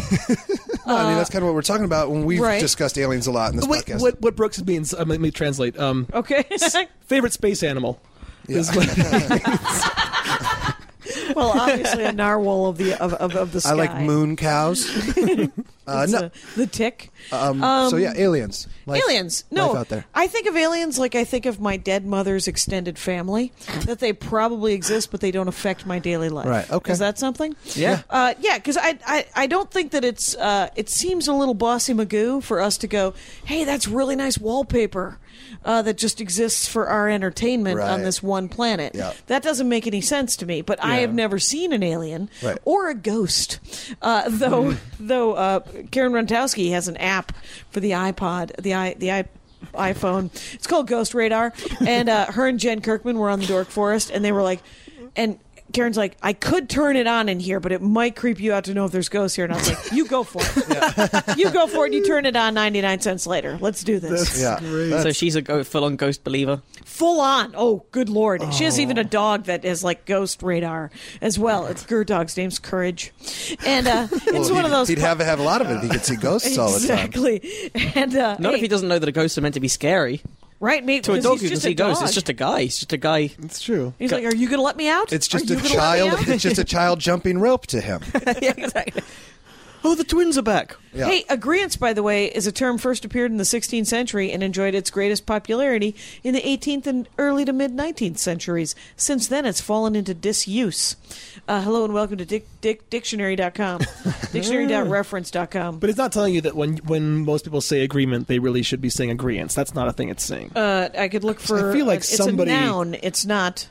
C: no, I mean that's kind of what we're talking about when we've
D: Uh, right.
C: discussed aliens a lot in this
B: Wait,
C: podcast.
B: what what Brooks means? Um, let me translate. Um,
D: Okay.
B: favorite space animal. Is
D: well, obviously a narwhal of the of, of, of the sky.
C: I like moon cows. uh,
D: It's
C: no,
D: a- the tick.
C: um, so
D: um,
C: yeah, aliens. Life-
D: aliens. No,
C: life out there.
D: I think of aliens like I think of my dead mother's extended family. that they probably exist, but they don't affect my daily life.
C: Right, okay.
D: Is that something?
E: Yeah.
D: Uh, yeah, because I, I I don't think that it's uh, it seems a little bossy magoo for us to go, hey, that's really nice wallpaper uh, that just exists for our entertainment on
C: Right.
D: this one planet.
C: Yeah.
D: That doesn't make any sense to me. But I
B: Yeah.
D: have never seen an alien
C: Right.
D: or a ghost. Uh, though though uh, Karen Rontowski has an app for the iPod, the i the iPhone. It's called Ghost Radar. And uh, her and Jen Kirkman were on the Dork Forest, and they were like, and Karen's like, I could turn it on in here, but it might creep you out to know if there's ghosts here. And I was like, you go for it. you go for it. You turn it on 99 cents later. Let's do this.
C: Yeah.
E: so she's a go- full-on ghost believer.
D: Full on. Oh, good lord. She has
C: Oh.
D: even a dog that is like ghost radar as well. It's her dog's name's Courage. And uh, it's
C: Well,
D: one of
C: he'd-
D: those.
C: He'd have have a lot of it. if He could see ghosts all the time.
D: Exactly. And uh,
E: Not if
D: hey,
E: he doesn't know that a ghost are meant to be scary.
D: Right, mate.
E: To a
D: 'cause
E: dog,
D: he's
E: you can
D: just
E: see
D: a dog.
E: ghosts. It's just a guy. It's just a guy.
B: It's true.
D: He's like, "Are you going to let me out?
C: It's
D: Are
C: just
D: you
C: a
D: gonna let me
C: child.
D: out?"
C: It's just a child jumping rope to him.
E: yeah, exactly. Oh, the twins are back.
C: Yeah.
D: Hey, agreeance, by the way, is a term first appeared in the 16th century and enjoyed its greatest popularity in the 18th and early to mid 19th centuries. Since then, it's fallen into disuse. Uh, hello and welcome to dic- dic- dictionary.com, dictionary.reference.com.
B: But it's not telling you that when when most people say agreement, they really should be saying agreeance. That's not a thing it's saying.
D: Uh, I could look for.
B: I feel like
D: it's
B: somebody-
D: a noun. It's not.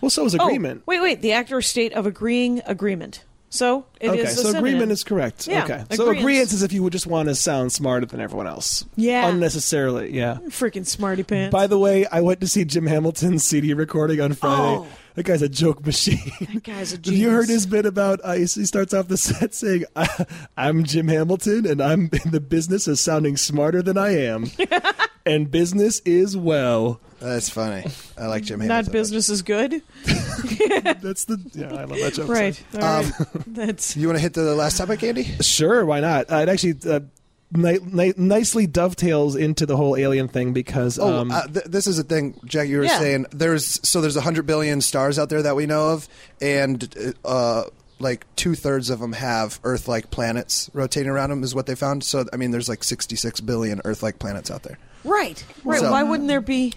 B: well, so is agreement.
D: Oh, wait, wait. The actor state of agreeing agreement. So it is
B: okay,
D: a
B: so
D: synonym.
B: agreement is correct.
D: Yeah,
B: okay, so
D: agreeance.
B: agreeance is if you would just want to sound smarter than everyone else.
D: Yeah.
B: unnecessarily. Yeah.
D: freaking smarty pants.
B: By the way, I went to see Jim Hamilton's CD recording on Friday.
D: Oh.
B: That guy's a joke machine.
D: That guy's a
B: Have you heard
D: genius.
B: his bit about? Uh, he he starts off the set saying, "I- "I'm Jim Hamilton, and I'm in the business of sounding smarter than I am, and business is well."
C: That's funny. I like Jim Hamilton.
D: not business is good.
B: That's the yeah, I love that joke.
D: Right. All right.
C: Um,
D: That's
C: You want to hit the last topic, Andy?
B: Sure, why not? Uh, it actually uh, ni- ni- nicely dovetails into the whole alien thing because
C: Oh,
B: um,
C: uh, th- this is a thing, Jack. You were
D: Yeah.
C: saying there's so there's 100 billion stars out there that we know of, and uh, like two thirds of them have Earth-like planets rotating around them is what they found. So I mean, there's like 66 billion Earth-like planets out there.
D: right. Right.
C: So-
D: Why wouldn't there be?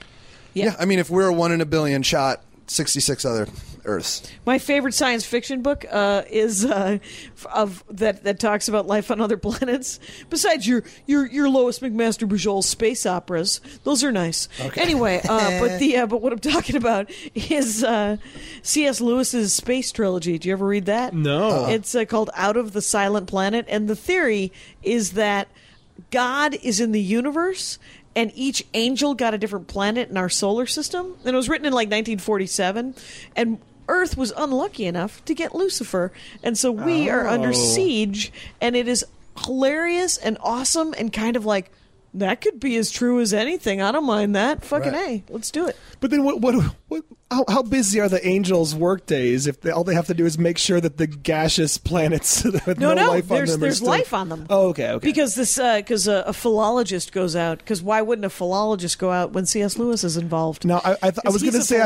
D: Yeah.
C: Yeah, I mean, if we're a one in a billion shot, 66 other Earths.
D: My favorite science fiction book uh, is uh, f- of that that talks about life on other planets. Besides your your your Lois McMaster Bujol space operas, those are nice. Anyway, uh, but the uh, but what I'm talking about is uh, C.S. Lewis's space trilogy. Do you ever read that?
B: No.
D: It's uh, called Out of the Silent Planet, and the theory is that God is in the universe. And each angel got a different planet in our solar system. And it was written in like 1947. And Earth was unlucky enough to get Lucifer. And so we are under siege. And it is hilarious and awesome and kind of like, that could be as true as anything. I don't mind that. Fucking
C: Right.
D: A. Let's do it.
B: but then what? What? what how, how busy are the angels' work days if they, all they have to do is make sure that the gaseous planets with
D: no,
B: no,
D: no,
B: life on
D: there's,
B: them are
D: there's
B: still-
D: life on them.
B: Oh, okay, okay.
D: Because this, because a, a philologist goes out. Because why wouldn't a philologist go out when C.S. Lewis is involved?
B: now I, I, th- I
D: 'Cause
B: was
D: he's
B: going to
D: a
B: say I,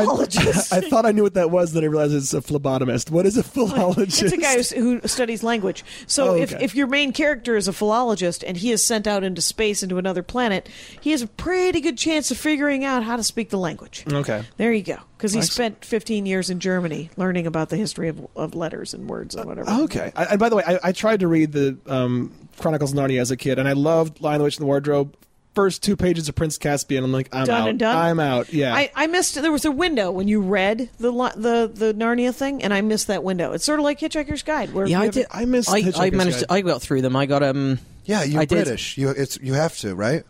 D: philologist.
B: I thought I knew what that was, then I realized it's a phlebotomist. What is a philologist?
D: It's a guy who's, who studies language. So
B: Oh,
D: if,
B: okay.
D: if your main character is a philologist and he is sent out into space into another planet, he has a pretty good chance of figuring out how to speak the language.
B: okay.
D: There you go. Because he spent 15 years in Germany learning about the history of, of letters and words and whatever.
B: Okay. I, and by the way, I, I tried to read the um, Chronicles of Narnia as a kid, and I loved Lion, the Witch, and the Wardrobe. First two pages of Prince Caspian, I'm like, I'm
D: Done
B: out.
D: and done?
B: I'm out. Yeah.
D: I, I missed there was a window when you read the li- the the Narnia thing and I missed that window. It's sort of like Hitchhiker's Guide where
E: Yeah, I
D: you-
E: did.
B: I missed
E: I, I
B: Hitchhiker's
E: managed.
B: Guide.
E: To, I got through them. I got um.
C: Yeah, you're
E: I did.
C: British. You it's you have to, right?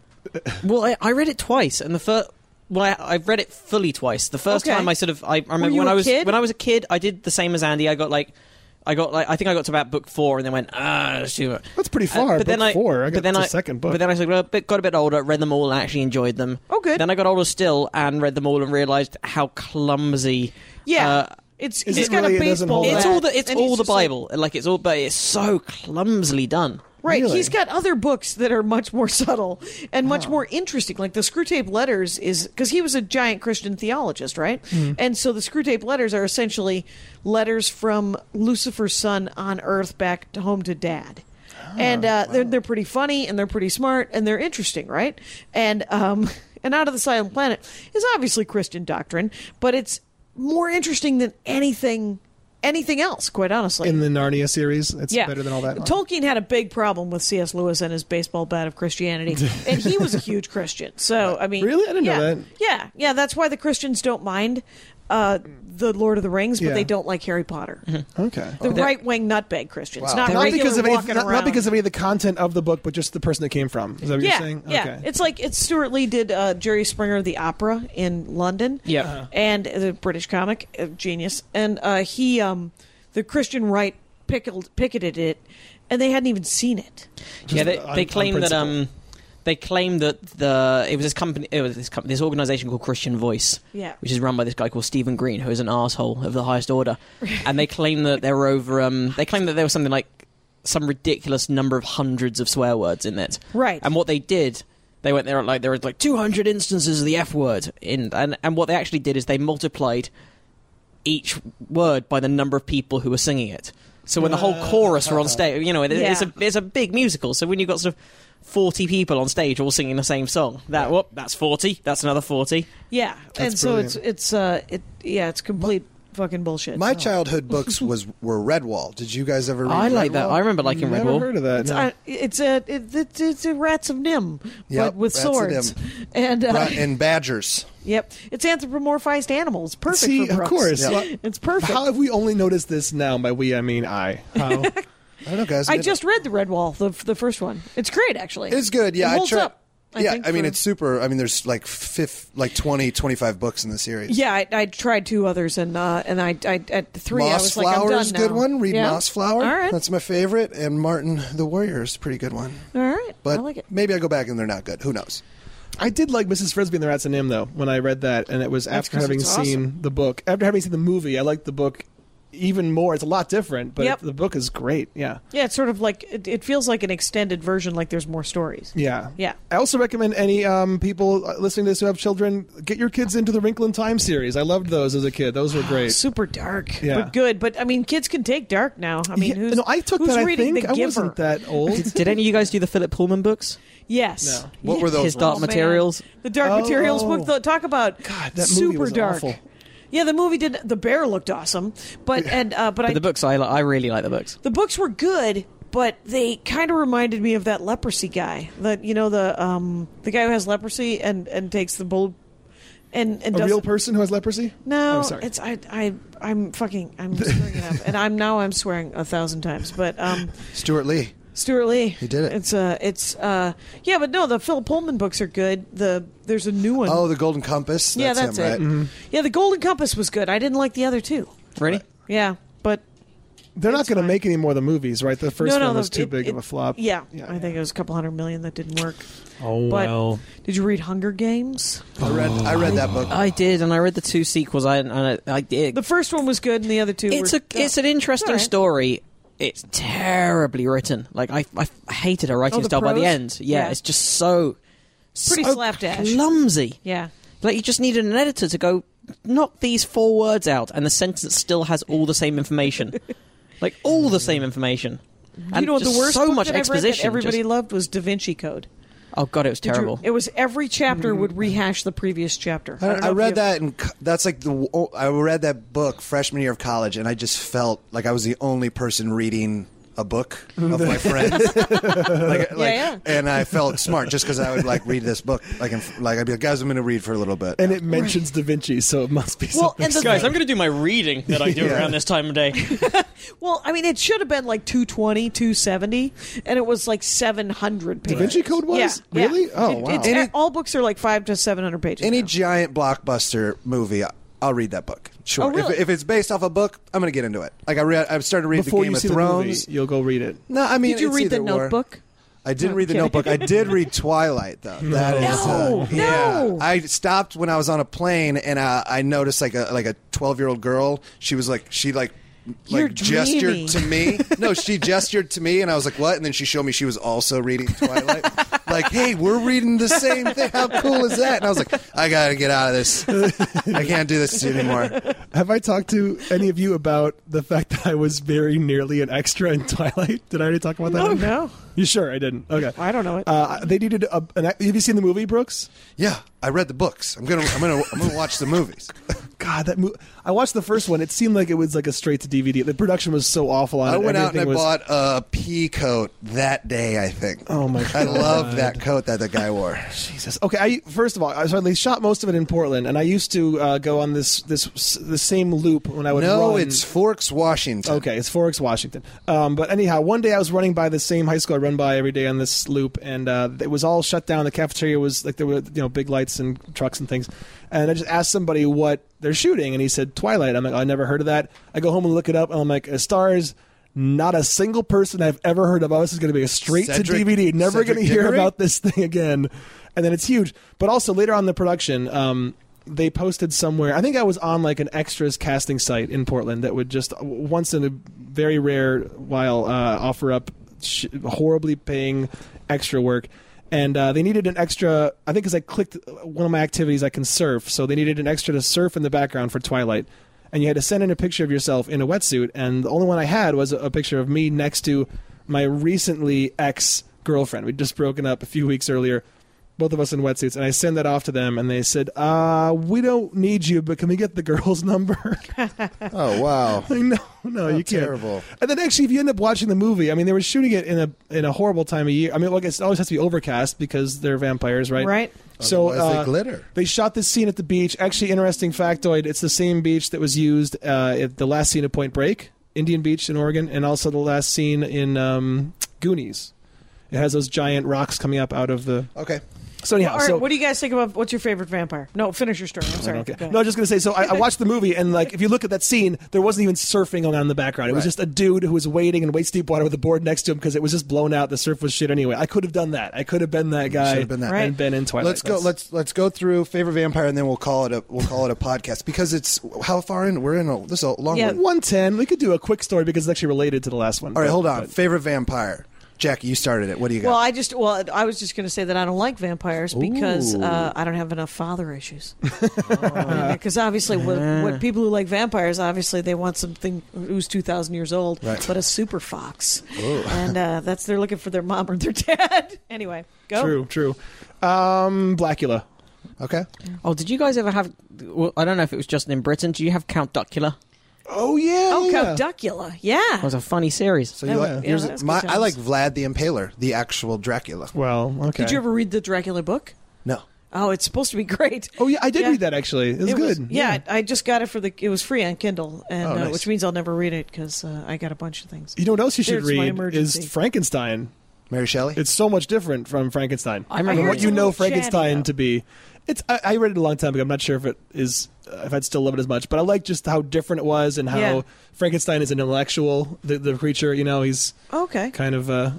E: Well, I, I read it twice, and the first. Well, I, I've read it fully twice. The first
D: Okay.
E: time I sort of I
D: Were
E: remember
D: you
E: when
D: a
E: I was
D: kid?
E: when I was a kid, I did the same as Andy. I got like, I got like I think I got to about book four, and then went ah. that's too much."
B: That's pretty far.
E: Uh,
B: book four. I got
E: but then
B: the
E: I,
B: second book.
E: But then I sort of got a bit- got a bit older, read them all, and actually enjoyed them.
D: Oh, good.
E: Then I got older still and read them all and realized how clumsy.
D: Yeah.
E: uh,
D: it's
B: Is
D: it's
B: it
D: got
B: really- it
D: a
B: doesn't
D: baseball.
B: hold
E: it's
D: bat,
E: all the it's
D: and he's
E: all the
D: just like-
E: Bible, like, it's all, but it's so clumsily done.
D: Right,
B: Really?
D: he's got other books that are much more subtle and much more interesting. Like the Screwtape Letters is because he was a giant Christian theologist, right?
B: Hmm.
D: And so the Screwtape Letters are essentially letters from Lucifer's son on Earth back to home to Dad.
B: Ah,
D: and uh, they're they're pretty funny and they're pretty smart and they're interesting, right? And um, and out of the Silent Planet is obviously Christian doctrine, but it's more interesting than anything anything else, quite honestly.
B: in the Narnia series, it's better than all that.
D: Tolkien had a big problem with C.S. Lewis and his baseball bat of Christianity, and he was a huge Christian. So I mean,
B: Uh, Really? I didn't know
D: yeah.
B: that.
D: Yeah, yeah. That's why the Christians don't mind uh, the Lord of the Rings, but
B: Yeah.
D: they don't like Harry Potter.
B: Okay.
D: The right wing nutbag Christians,
C: Wow.
D: not,
E: Not
B: Not
D: regular
B: because of any,
D: walking
B: not, not
D: around.
B: because of any of the content of the book, but just the person it came from. Is that what
D: yeah,
B: you're saying?
D: yeah.
B: Okay.
D: It's like it's Stuart Lee did uh, Jerry Springer of the Opera in London.
E: Yeah. Uh-huh.
D: and the British comic uh, genius, and uh, he, um, the Christian right, pickled, picketed it, and they hadn't even seen it.
E: yeah, they,
B: Just on-
E: they
B: on
E: claim that
B: principle.
E: um, they claim that the it was this company, it was this company, this organization called Christian Voice,
D: Yeah.
E: which is run by this guy called Stephen Green, who is an asshole of the highest order, and they claim that there were over um, they claim that there was something like some ridiculous number of hundreds of swear words in it,
D: Right.
E: And what they did. They went there like there was like 200 instances of the F word in and and what they actually did is they multiplied each word by the number of people who were singing it. So when the whole chorus were on stage, you know, it, it's
D: Yeah.
E: a it's a big musical. So when you've got sort of forty people on stage all singing the same song, that whoop, that's forty, that's another forty.
D: Yeah, and so
B: brilliant.
D: it's it's uh, it yeah, it's complete fucking bullshit.
C: My childhood books was were Redwall. Did you guys ever read
E: Oh. I like that.
C: Redwall?
E: I remember liking
B: Never
E: Redwall.
B: heard of that.
D: it's,
B: no.
D: uh, it's a it, it's, it's a rats of Nim,
C: Yep,
D: but with
C: Rats of
D: swords.
C: Nim.
D: And uh,
C: Ra- and Badgers.
D: yep, it's anthropomorphized animals. Perfect.
B: See,
D: for
B: of
D: Brooks.
B: course.
C: Yeah.
B: Well,
D: it's perfect.
B: How have we only noticed this now? By we, I mean I. How?
C: I don't know, guys.
D: I
C: Did-
D: just read the Red Wall, the the first one. It's great, actually.
C: It's good. Yeah,
D: it holds
C: I try-
D: up. I
C: yeah,
D: think,
C: I mean
D: for-
C: it's super. I mean there's like fifth like 20 25 books in the series.
D: Yeah, I, I tried two others, and uh, and I, I at three I
C: Moss
D: was like, I'm
C: Flower
D: done
C: is a good
D: now.
C: one. Read
D: yeah.
C: Moss Flower.
D: All right,
C: That's my favorite. And Martin the Warrior is a pretty good one.
D: all right.
C: But
D: I like it.
C: maybe I go back and they're not good. Who knows?
B: I did like Mrs. Frisbee and the Rats and Him though when I read that, and it was after
D: 'cause
B: having
D: it's awesome.
B: seen the book. After having seen the movie, I liked the book even more. It's a lot different, but
D: Yep.
B: the book is great. Yeah,
D: Yeah, it's sort of like it, it feels like an extended version. Like there's more stories.
B: yeah,
D: Yeah.
B: I also recommend any um, people uh, listening to this who have children get your kids into the Wrinkle in Time series. I loved those as a kid; those were great.
D: Super dark,
B: Yeah.
D: but good. But I mean, kids can take dark now. I mean,
B: Yeah,
D: who's
B: no, I took
D: who's
B: that. I
D: reading
B: think
D: The
B: I
D: Giver?
B: wasn't that old.
E: Did any of you guys do the Philip Pullman books?
D: Yes.
B: No.
C: What were those?
E: His Dark
D: Oh, man.
E: Materials.
D: The Dark
B: Oh.
D: Materials book. though talk about
B: God, that
D: super
B: movie was
D: dark.
B: awful.
D: Yeah, the movie did. The bear looked awesome, but and uh, but I
E: But the books I li- I really like the books.
D: the books were good, but they kind of reminded me of that leprosy guy. That you know the um the guy who has leprosy and and takes the bull and and
B: a
D: does
B: real person who has leprosy?
D: No,
B: Oh, sorry.
D: it's I I I'm fucking I'm screwing it up, and I'm now I'm swearing a thousand times, but um.
C: Stuart Lee.
D: Stuart Lee. He
C: did it.
D: It's uh it's uh yeah, but no, the Phil Pullman books are good. The there's a new one.
C: Oh, the Golden Compass.
D: yeah, that's
C: him,
D: it. Mm-hmm.
C: right?
D: Yeah, the Golden Compass was good. I didn't like the other two.
E: Really?
D: Yeah, but
B: They're not going to make any more of the movies, right? The first
D: no, no,
B: one
D: the-
B: was too
D: it-
B: big
D: it-
B: of a flop.
D: Yeah, I
B: yeah.
D: think it was a couple hundred million that didn't work.
B: Oh
D: But did you read Hunger Games?
C: I read I read that
D: Oh,
C: book.
E: I did, and I read the two sequels. I and I, I did.
D: The first one was good, and the other two.
E: it's
D: were,
E: a it's an interesting
D: All right.
E: story. It's terribly written. Like I, I hated her writing
D: Oh, the
E: style by the
D: prose?
E: end. Yeah,
D: Yeah.
E: it's just so
D: Pretty
E: so
D: slapdash.
E: clumsy.
D: Yeah,
E: Like you just needed an editor to go knock these four words out, and the sentence still has all the same information, like all the same information. And
D: you know what
E: just
D: the worst
E: so
D: book
E: much
D: that I read that
E: exposition.
D: everybody
E: just-
D: loved was Da Vinci Code.
E: oh god, it was
D: Did you-
E: terrible. Mm-hmm.
D: it was every chapter would rehash the previous chapter.
C: I,
D: don't know
C: I
D: if you-
C: read that, and that's like the. oh, I read that book freshman year of college, and I just felt like I was the only person reading a book of my friends. like, like,
D: yeah.
C: And I felt smart just because I would like read this book. Like, in, like I'd be like, guys, I'm going to read for a little bit.
B: And it mentions Da Vinci, so it must be
D: Well,
B: something.
D: and the
E: Guys, I'm going to do my reading that I do
C: Yeah.
E: around this time of day.
D: Well, I mean, it should have been like 220, 270, and it was like 700 pages.
B: Vinci Code was?
D: Yeah, yeah.
B: Really? Oh,
D: It-
B: wow.
D: it's- e-
C: Any-
D: all books are like five to 700 pages.
C: Any
D: now.
C: giant blockbuster movie, I- I'll read that book. Sure.
D: Oh, really?
C: if, if it's based off a book, I'm going to get into it. Like I read, I've started to read
B: Before
C: the Game
B: you
C: of
B: see
C: Thrones.
B: the movie, you'll go read it.
C: no, I mean,
D: Did you
C: it's
D: read The
C: either or.
D: Notebook?
C: I didn't read the
D: kidding.
C: notebook. I did read Twilight though. That is
D: No,
C: uh,
D: no.
C: yeah. I stopped when I was on a plane and uh, I noticed like a like a twelve year old girl. She was like she like
D: You're
C: like gestured
D: dreaming.
C: to me. No, she gestured to me and I was like what? And then she showed me she was also reading Twilight. like hey, we're reading the same thing. How cool is that? And I was like I gotta get out of this. I can't do this anymore.
B: Have I talked to any of you about the fact that I was very nearly an extra in Twilight? Did I already talk about that?
D: No,
B: one?
D: no.
B: You sure I didn't? Okay.
D: I don't know it.
B: Uh, they needed a. An, have you seen the movie, Brooks?
C: Yeah, I read the books. I'm gonna I'm gonna I'm gonna watch the movies.
B: God, that mo- I watched the first one. It seemed like it was like a straight to DVD. The production was so awful on it.
C: I went out and I
B: Everything was-
C: bought a pea coat that day. I think.
B: Oh my
C: I
B: God.
C: love that coat that the guy wore.
B: Jesus. Okay. I first of all, I- so they shot most of it in Portland, and I used to uh, go on this this the same loop when I would.
C: No,
B: run.
C: it's Forks, Washington.
B: Okay, it's Forks, Washington. Um, but anyhow, one day I was running by the same high school I run by every day on this loop, and uh, it was all shut down. The cafeteria was like there were you know big lights and trucks and things. And I just asked somebody what they're shooting, and he said Twilight. I'm like, "Oh, I never heard of that. I go home and look it up, and I'm like, a stars. Not a single person I've ever heard about. This is going to be a straight to
C: Cedric-
B: DVD. Never
C: Cedric
B: going to hear
C: Diggory?
B: about this thing again. And then it's huge. But also later on in the production, um, they posted somewhere. I think I was on like an extras casting site in Portland that would just w- once in a very rare while uh, offer up sh- horribly paying extra work. And uh, they needed an extra. I think because I clicked uh, one of my activities, I can surf. So they needed an extra to surf in the background for Twilight. And you had to send in a picture of yourself in a wetsuit. And the only one I had was a, a picture of me next to my recently ex girlfriend. We'd just broken up a few weeks earlier, both of us in wetsuits, and I send that off to them, and they said, uh, "We don't need you, but can we get the girl's number?"
C: Oh wow.
B: Like, no, no, you can't.
C: terrible.
B: And then actually, if you end up watching the movie, I mean, they were shooting it in a in a horrible time of year. I mean, like it always has to be overcast because they're vampires, right?
D: Right.
B: So
C: Otherwise they
B: uh,
C: glitter.
B: They shot this scene at the beach. Actually, interesting factoid: it's the same beach that was used uh, at the last scene of Point Break, Indian Beach in Oregon, and also the last scene in um, Goonies. It has those giant rocks coming up out of the.
C: Okay.
B: So anyhow,
D: All right,
B: so
D: what do you guys think about what's your favorite vampire? No, finish your story. I'm sorry.
B: Okay.
D: Go ahead.
B: No, I was just gonna say. So I, I watched the movie, and like, if you look at that scene, there wasn't even surfing on in the background. It was
C: Right.
B: just a dude who was wading in waist deep water with a board next to him because it was just blown out. The surf was shit anyway. I could have done that. I could have been that guy.
C: should've been that.
D: Right.
B: And been in Twilight.
C: let's go.
B: That's-
C: Let's let's go through favorite vampire, and then we'll call it a we'll call it a podcast because it's how far in we're in. A, this is a long
D: Yeah.
C: one.
B: one ten. We could do a quick story because it's actually related to the last one.
C: All right,
B: But-
C: hold on.
B: but-
C: Favorite vampire, Jack. You started it. What do you got?
D: Well, I just well, I was just going to say that I don't like vampires because uh, I don't have enough father issues. Because obviously, what, what people who like vampires, obviously they want something who's two thousand years old,
C: Right.
D: but a super fox, and uh, that's they're looking for their mom or their dad. anyway, go.
B: True. True. Um, Blackula.
C: okay.
E: Oh, did you guys ever have? Well, I don't know if it was just in Britain. Do you have Count Duckula?
B: Oh yeah.
D: Oh,
B: yeah.
D: Duckula.
E: That
D: Yeah.
E: was a funny series.
C: So you
D: Yeah,
C: like
D: yeah,
C: yours-
D: that's good
C: my, I
D: times.
C: like Vlad the Impaler, the actual Dracula.
B: Well, okay.
D: Did you ever read the Dracula book?
C: No.
D: Oh, it's supposed to be great.
B: Oh yeah, I did
D: Yeah.
B: read that actually. It was
D: It
B: good.
D: was- yeah, I I just got it for the. It was free on Kindle, and
C: Oh,
D: uh,
C: nice.
D: which means I'll never read it because uh, I got a bunch of things.
B: You know what else you should
D: There's my
B: read
D: emergency.
B: is Frankenstein.
C: Mary Shelley.
B: It's so much different from Frankenstein.
E: I remember
B: From
E: when-
B: what you know
D: It's a little
B: Frankenstein
D: chatty, though.
B: to be. It's I, I read it a long time ago. I'm not sure if it is uh, if I'd still love it as much, but I like just how different it was and how
D: Yeah.
B: Frankenstein is an intellectual. The, the creature, you know, he's
D: Okay.
B: kind of. Uh,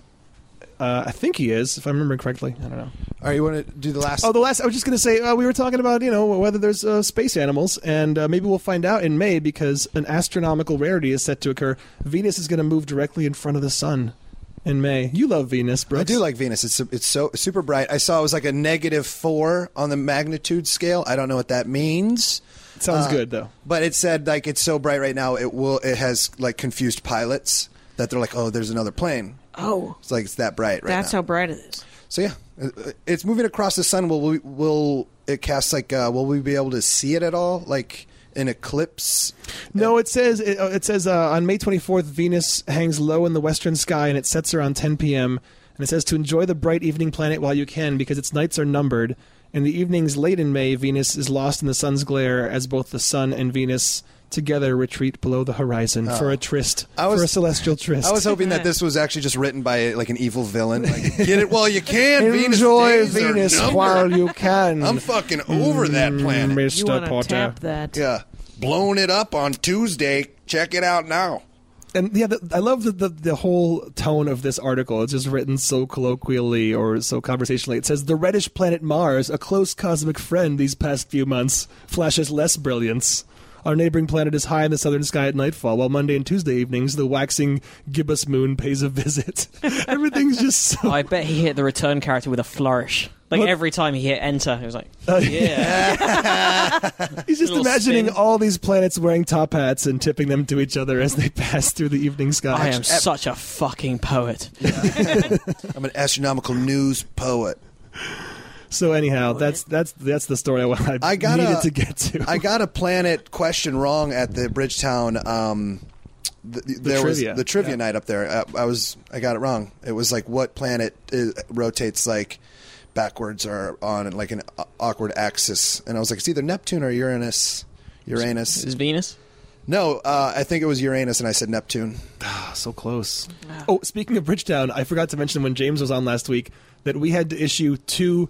B: uh, I think he is, if I'm remembering correctly. I don't know.
C: All right, you want to do the last?
B: Oh, the last I was just going to say uh, we were talking about you know whether there's uh, space animals, and uh, maybe we'll find out in May because an astronomical rarity is set to occur. Venus is going to move directly in front of the sun in May. You love Venus, Brooks.
C: I do like Venus. It's it's so super bright. I saw it was like a negative four on the magnitude scale. I don't know what that means.
B: Sounds
C: Uh,
B: good though.
C: But it said like it's so bright right now. It will. It has like confused pilots that they're like, oh, there's another plane.
D: Oh,
C: It's like it's that bright right
D: that's
C: now.
D: how bright it is.
C: so yeah, it- it's moving across the sun. Will we? Will it cast like? Uh, will we be able to see it at all? Like an eclipse?
B: No, it says it, uh, it says uh, on May 24th, Venus hangs low in the western sky and it sets around 10 p.m. And it says to enjoy the bright evening planet while you can because its nights are numbered. In the evenings late in May, Venus is lost in the sun's glare as both the sun and Venus together retreat below the horizon for a tryst,
C: Oh. I was-
B: for a celestial tryst.
C: I was hoping that this was actually just written by like an evil villain. Like, get it while you can. Venus
B: enjoy
C: days are
B: Venus
C: numbered.
B: while you can,
C: I'm fucking over that planet.
D: You
B: Mr.
D: want
B: Mm,
D: to
B: Potter.
D: tap that?
C: Yeah. Blown it up on Tuesday. Check it out now.
B: and yeah, the, I love the, the the whole tone of this article. It's just written so colloquially or so conversationally. It says the reddish planet Mars, a close cosmic friend these past few months, flashes less brilliance. Our neighboring planet is high in the southern sky at nightfall, while Monday and Tuesday evenings the waxing gibbous moon pays a visit. Everything's just so
E: I bet he hit the return character with a flourish. Like
B: What?
E: every time he hit enter, he was like,
B: Uh,
E: Oh, "Yeah."
B: He's just
E: Little
B: imagining
E: spin.
B: all these planets wearing top hats and tipping them to each other as they pass through the evening sky.
E: I am such a fucking poet.
C: I'm an astronomical news poet.
B: So anyhow, that's that's that's the story I, I,
C: I got
B: needed
C: a-
B: to get to.
C: I got a planet question wrong at the Bridgetown. Um, th- there
B: trivia.
C: was the trivia
B: Yeah.
C: night up there. Uh, I, I was I got it wrong. It was like what planet is, rotates like backwards or on like an au- awkward axis, and I was like, it's either Neptune or Uranus. Uranus.
E: Is Venus?
C: No, uh, I think it was Uranus, and I said Neptune.
B: Ah, so close. Oh, speaking of Bridgetown, I forgot to mention when James was on last week that we had to issue two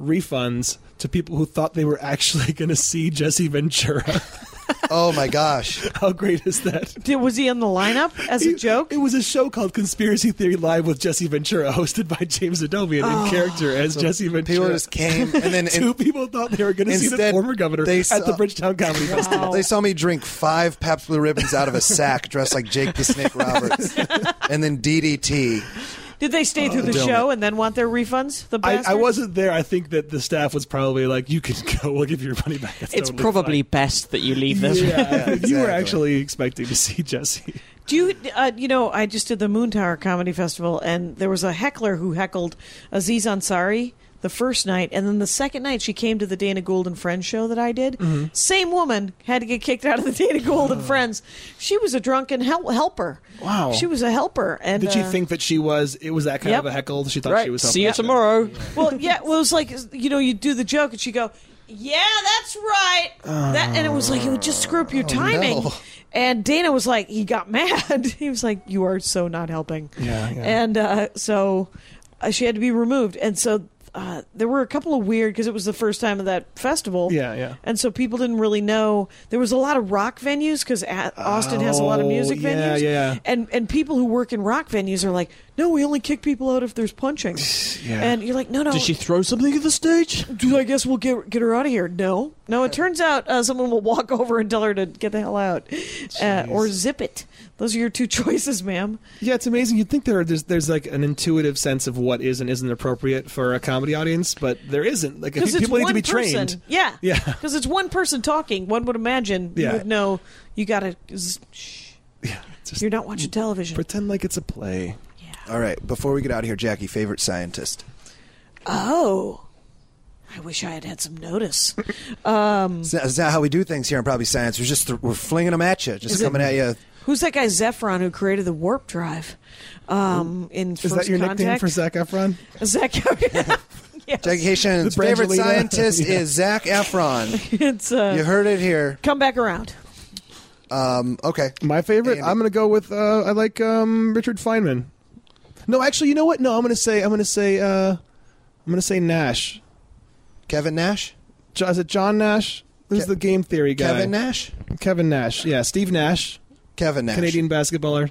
B: refunds to people who thought they were actually going to see Jesse Ventura.
C: Oh my gosh!
B: How great is that?
D: Did, was he in the lineup as a
B: It-
D: joke?
B: It was a show called Conspiracy Theory Live with Jesse Ventura, hosted by James Adobe, and in character as Jesse
C: People
B: Ventura.
C: just came, and then
B: Two people thought they were going to see the
C: Instead,
B: former governor
C: they
B: at the
C: saw-
B: Bridgetown Comedy Festival.
D: Wow.
C: They saw me drink five Pabst Blue Ribbons out of a sack, dressed like Jake the Snake Roberts, and then DDT.
D: Did they stay through the
C: Don't.
D: show and then want their refunds? The
B: Uh, I,
D: bastards?
B: I wasn't there. I think that the staff was probably like, "You can go. We'll give you your money back."
E: It's
B: totally
E: probably
B: fine."
E: best that you leave
B: Yeah, you
E: them.
B: were
C: exactly.
B: actually expecting to see Jesse.
D: Do you, uh, you know, I just did the Moon Tower Comedy Festival, and there was a heckler who heckled Aziz Ansari the first night, and then the second night she came to the Dana Gould and Friends show that I did.
B: Mm-hmm.
D: Same woman had to get kicked out of the Dana Gould and Friends. She was a drunken hel- helper.
B: Wow.
D: She was a helper. And
B: Did she
D: uh,
B: think that she was? It was that kind
D: Yep.
B: of a heckle. She thought she
E: Right.
B: was.
E: See you
B: helpful.
E: tomorrow.
D: Well, yeah, well, it was like you know, you do the joke, and she go, "Yeah, that's right." that and it was like it would just screw up
B: Oh,
D: your timing.
C: no.
D: And Dana was like, he got mad. he was like, "You are so not helping."
B: Yeah, yeah.
D: And uh, so uh, she had to be removed, and so. Uh, there were a couple of weird because it was the first time of that festival.
B: Yeah, yeah.
D: And so people didn't really know. There was a lot of rock venues because Austin has a lot of
B: Oh,
D: music
B: yeah,
D: venues.
B: yeah.
D: And and people who work in rock venues are like, no, we only kick people out if there's punching.
B: Yeah.
D: And you're like, no, no.
E: Did she throw something at the stage?
D: Dude, I guess we'll get get her out of here. No, no. It turns out uh, someone will walk over and tell her to get the hell out, uh, or zip it. Those are your two choices, ma'am.
B: Yeah, it's amazing. You'd think there are, there's there's like an intuitive sense of what is and isn't appropriate for a comedy audience, but there isn't. Like if
D: Because
B: you-
D: it's
B: people need to
D: one
B: be
D: person.
B: trained.
D: Yeah,
B: Yeah.
D: Because it's one person talking. One would imagine
B: Yeah.
D: you would know. You gotta. z- Shh,
B: Yeah, just
D: you're not watching television.
B: pretend like it's a play.
C: All right, before we get out of here, Jackie, favorite scientist.
D: Oh, I wish I had had some notice. um,
C: It's not, it's not how we do things here on Probably Science. We're just we're flinging them at you, just
D: Is it-
C: coming at you.
D: who's that guy Zephron who created the warp drive? Um, in
B: Is that your nickname for Zach Efron?
D: Zach? yes.
C: Jackie Haitian's
B: The
C: favorite
B: Brangelina.
C: scientist
B: Yeah.
C: is Zach Efron.
D: It's uh,
C: You heard it here.
D: come back around.
C: Um, okay,
B: My favorite.
C: Andy.
B: I'm gonna go with. Uh, I like um, Richard Feynman. No, actually, you know what? No, I'm gonna say. I'm gonna say. Uh, I'm gonna say Nash.
C: Kevin Nash.
B: Jo- Is it John Nash? Who's
C: Ke-
B: the game theory guy?
C: Kevin Nash.
B: Kevin Nash. Yeah, Steve Nash,
C: Kevin Nash.
B: Canadian basketballer.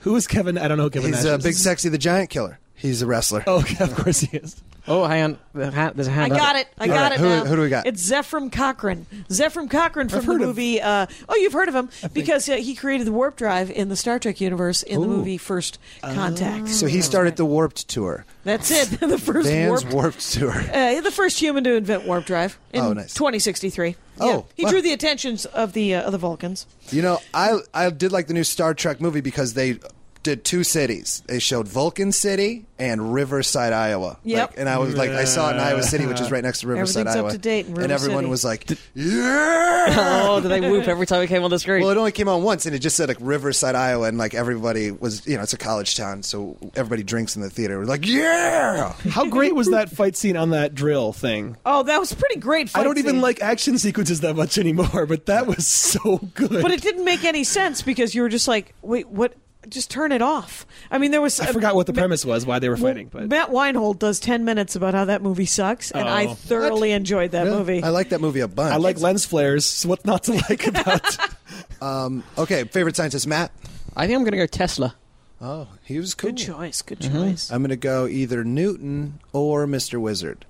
B: Who is Kevin? I don't know who Kevin
C: He's
B: Nash.
C: uh,
B: is.
C: big, sexy, the giant killer. He's a wrestler.
B: Oh, okay, of course he is.
E: Oh, hang on. The ha- There's a
D: I
E: hand. up.
D: got it. I got
C: right.
D: it.
C: Who-
D: now.
C: who do we got?
D: It's Zephram Cochrane. Zephram Cochrane from
B: I've
D: the
B: heard of-
D: movie. Uh, oh, you've heard of him because uh, he created the warp drive in the Star Trek universe in the
B: Ooh.
D: movie First Contact.
C: So he started the Warped Tour.
D: That's it. the first
C: Van's
D: warp.
C: Warped Tour.
D: uh, the first human to invent warp drive in
C: Oh, nice.
D: 2063.
C: Oh,
D: Yeah. he
C: wow.
D: drew the attentions of the uh, of the Vulcans.
C: You know, I I did like the new Star Trek movie because they did two cities. They showed Vulcan City and Riverside, Iowa.
D: Yep.
C: Like, and I was like, I saw it in Iowa City, which is right next to Riverside,
D: Everything's up
C: Iowa.
D: to date in
C: and
D: River
C: everyone
D: City.
C: was like, yeah.
E: Oh, did they whoop every time it came on the screen?
C: Well, it only came on once, and it just said like Riverside, Iowa, and like everybody was, you know, it's a college town, so everybody drinks in the theater. We're like, yeah.
B: How great was that fight scene on that drill thing?
D: Oh, that was a pretty great. Fight
B: I don't even
D: scene.
B: like action sequences that much anymore, but that was so good.
D: But it didn't make any sense because you were just like, wait, what? Just turn it off. I mean, there was.
B: I forgot what the premise was, why they were fighting. But
D: Matt Weinhold does 10 minutes about how that movie sucks, and I
B: Oh.
D: thoroughly enjoyed that movie.
C: I like that movie a bunch.
B: I like lens flares. So what not to like about?
C: Okay, favorite scientist, Matt.
E: I think I'm going to go Tesla.
C: Oh, he was cool.
D: good choice. Good
B: Mm-hmm.
D: choice.
C: I'm gonna go either Newton or Mr. Wizard.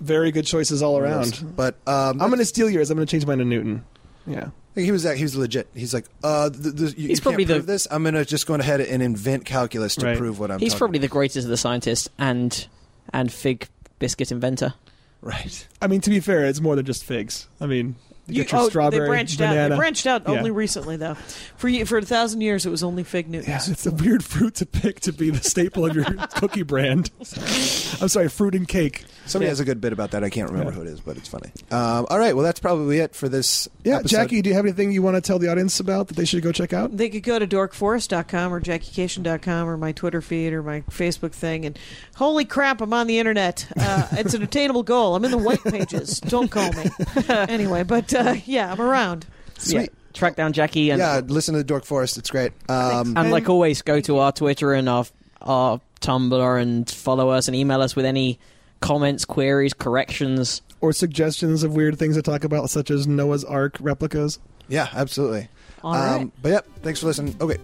B: Very good choices all around.
C: But um,
B: I'm going to steal yours. I'm going to change mine to Newton. Yeah.
C: He was he was legit. He's like, uh, th th you, you
E: probably
C: can't prove
E: the-
C: this. I'm gonna just go ahead and invent calculus to
B: Right.
C: prove what I'm.
E: He's
C: talking
E: probably the greatest of the scientists and and fig biscuit inventor.
C: about. right.
B: I mean, to be fair, it's more than just figs. I mean, you, get your
D: oh,
B: strawberry,
D: they branched out.
B: banana.
D: They branched out
B: Yeah.
D: only recently, though. For ye- for a thousand years, it was only fig Newtons.
B: Yeah, it's a weird fruit to pick to be the staple of your cookie brand. I'm sorry, fruit and cake.
C: Somebody has a good bit about that. I can't remember who it is, but it's funny. Um, all right. Well, that's probably it for this.
B: Yeah,
C: episode.
B: Jackie, do you have anything you want to tell the audience about that they should go check out?
D: They could go to dorkforest.com or jackiecation.com or my Twitter feed or my Facebook thing. And holy crap, I'm on the internet. Uh, it's an attainable goal. I'm in the white pages. Don't call me. anyway, but uh, yeah, I'm around.
E: Sweet. Track down Jackie and
C: Yeah, listen to the Dork Forest. It's great. Um,
E: and like always, go to our Twitter and our our Tumblr and follow us and email us with any comments, queries, corrections.
B: Or suggestions of weird things to talk about, such as Noah's Ark replicas?
C: yeah, absolutely.
D: All right.
C: But yep, thanks for listening. Okay.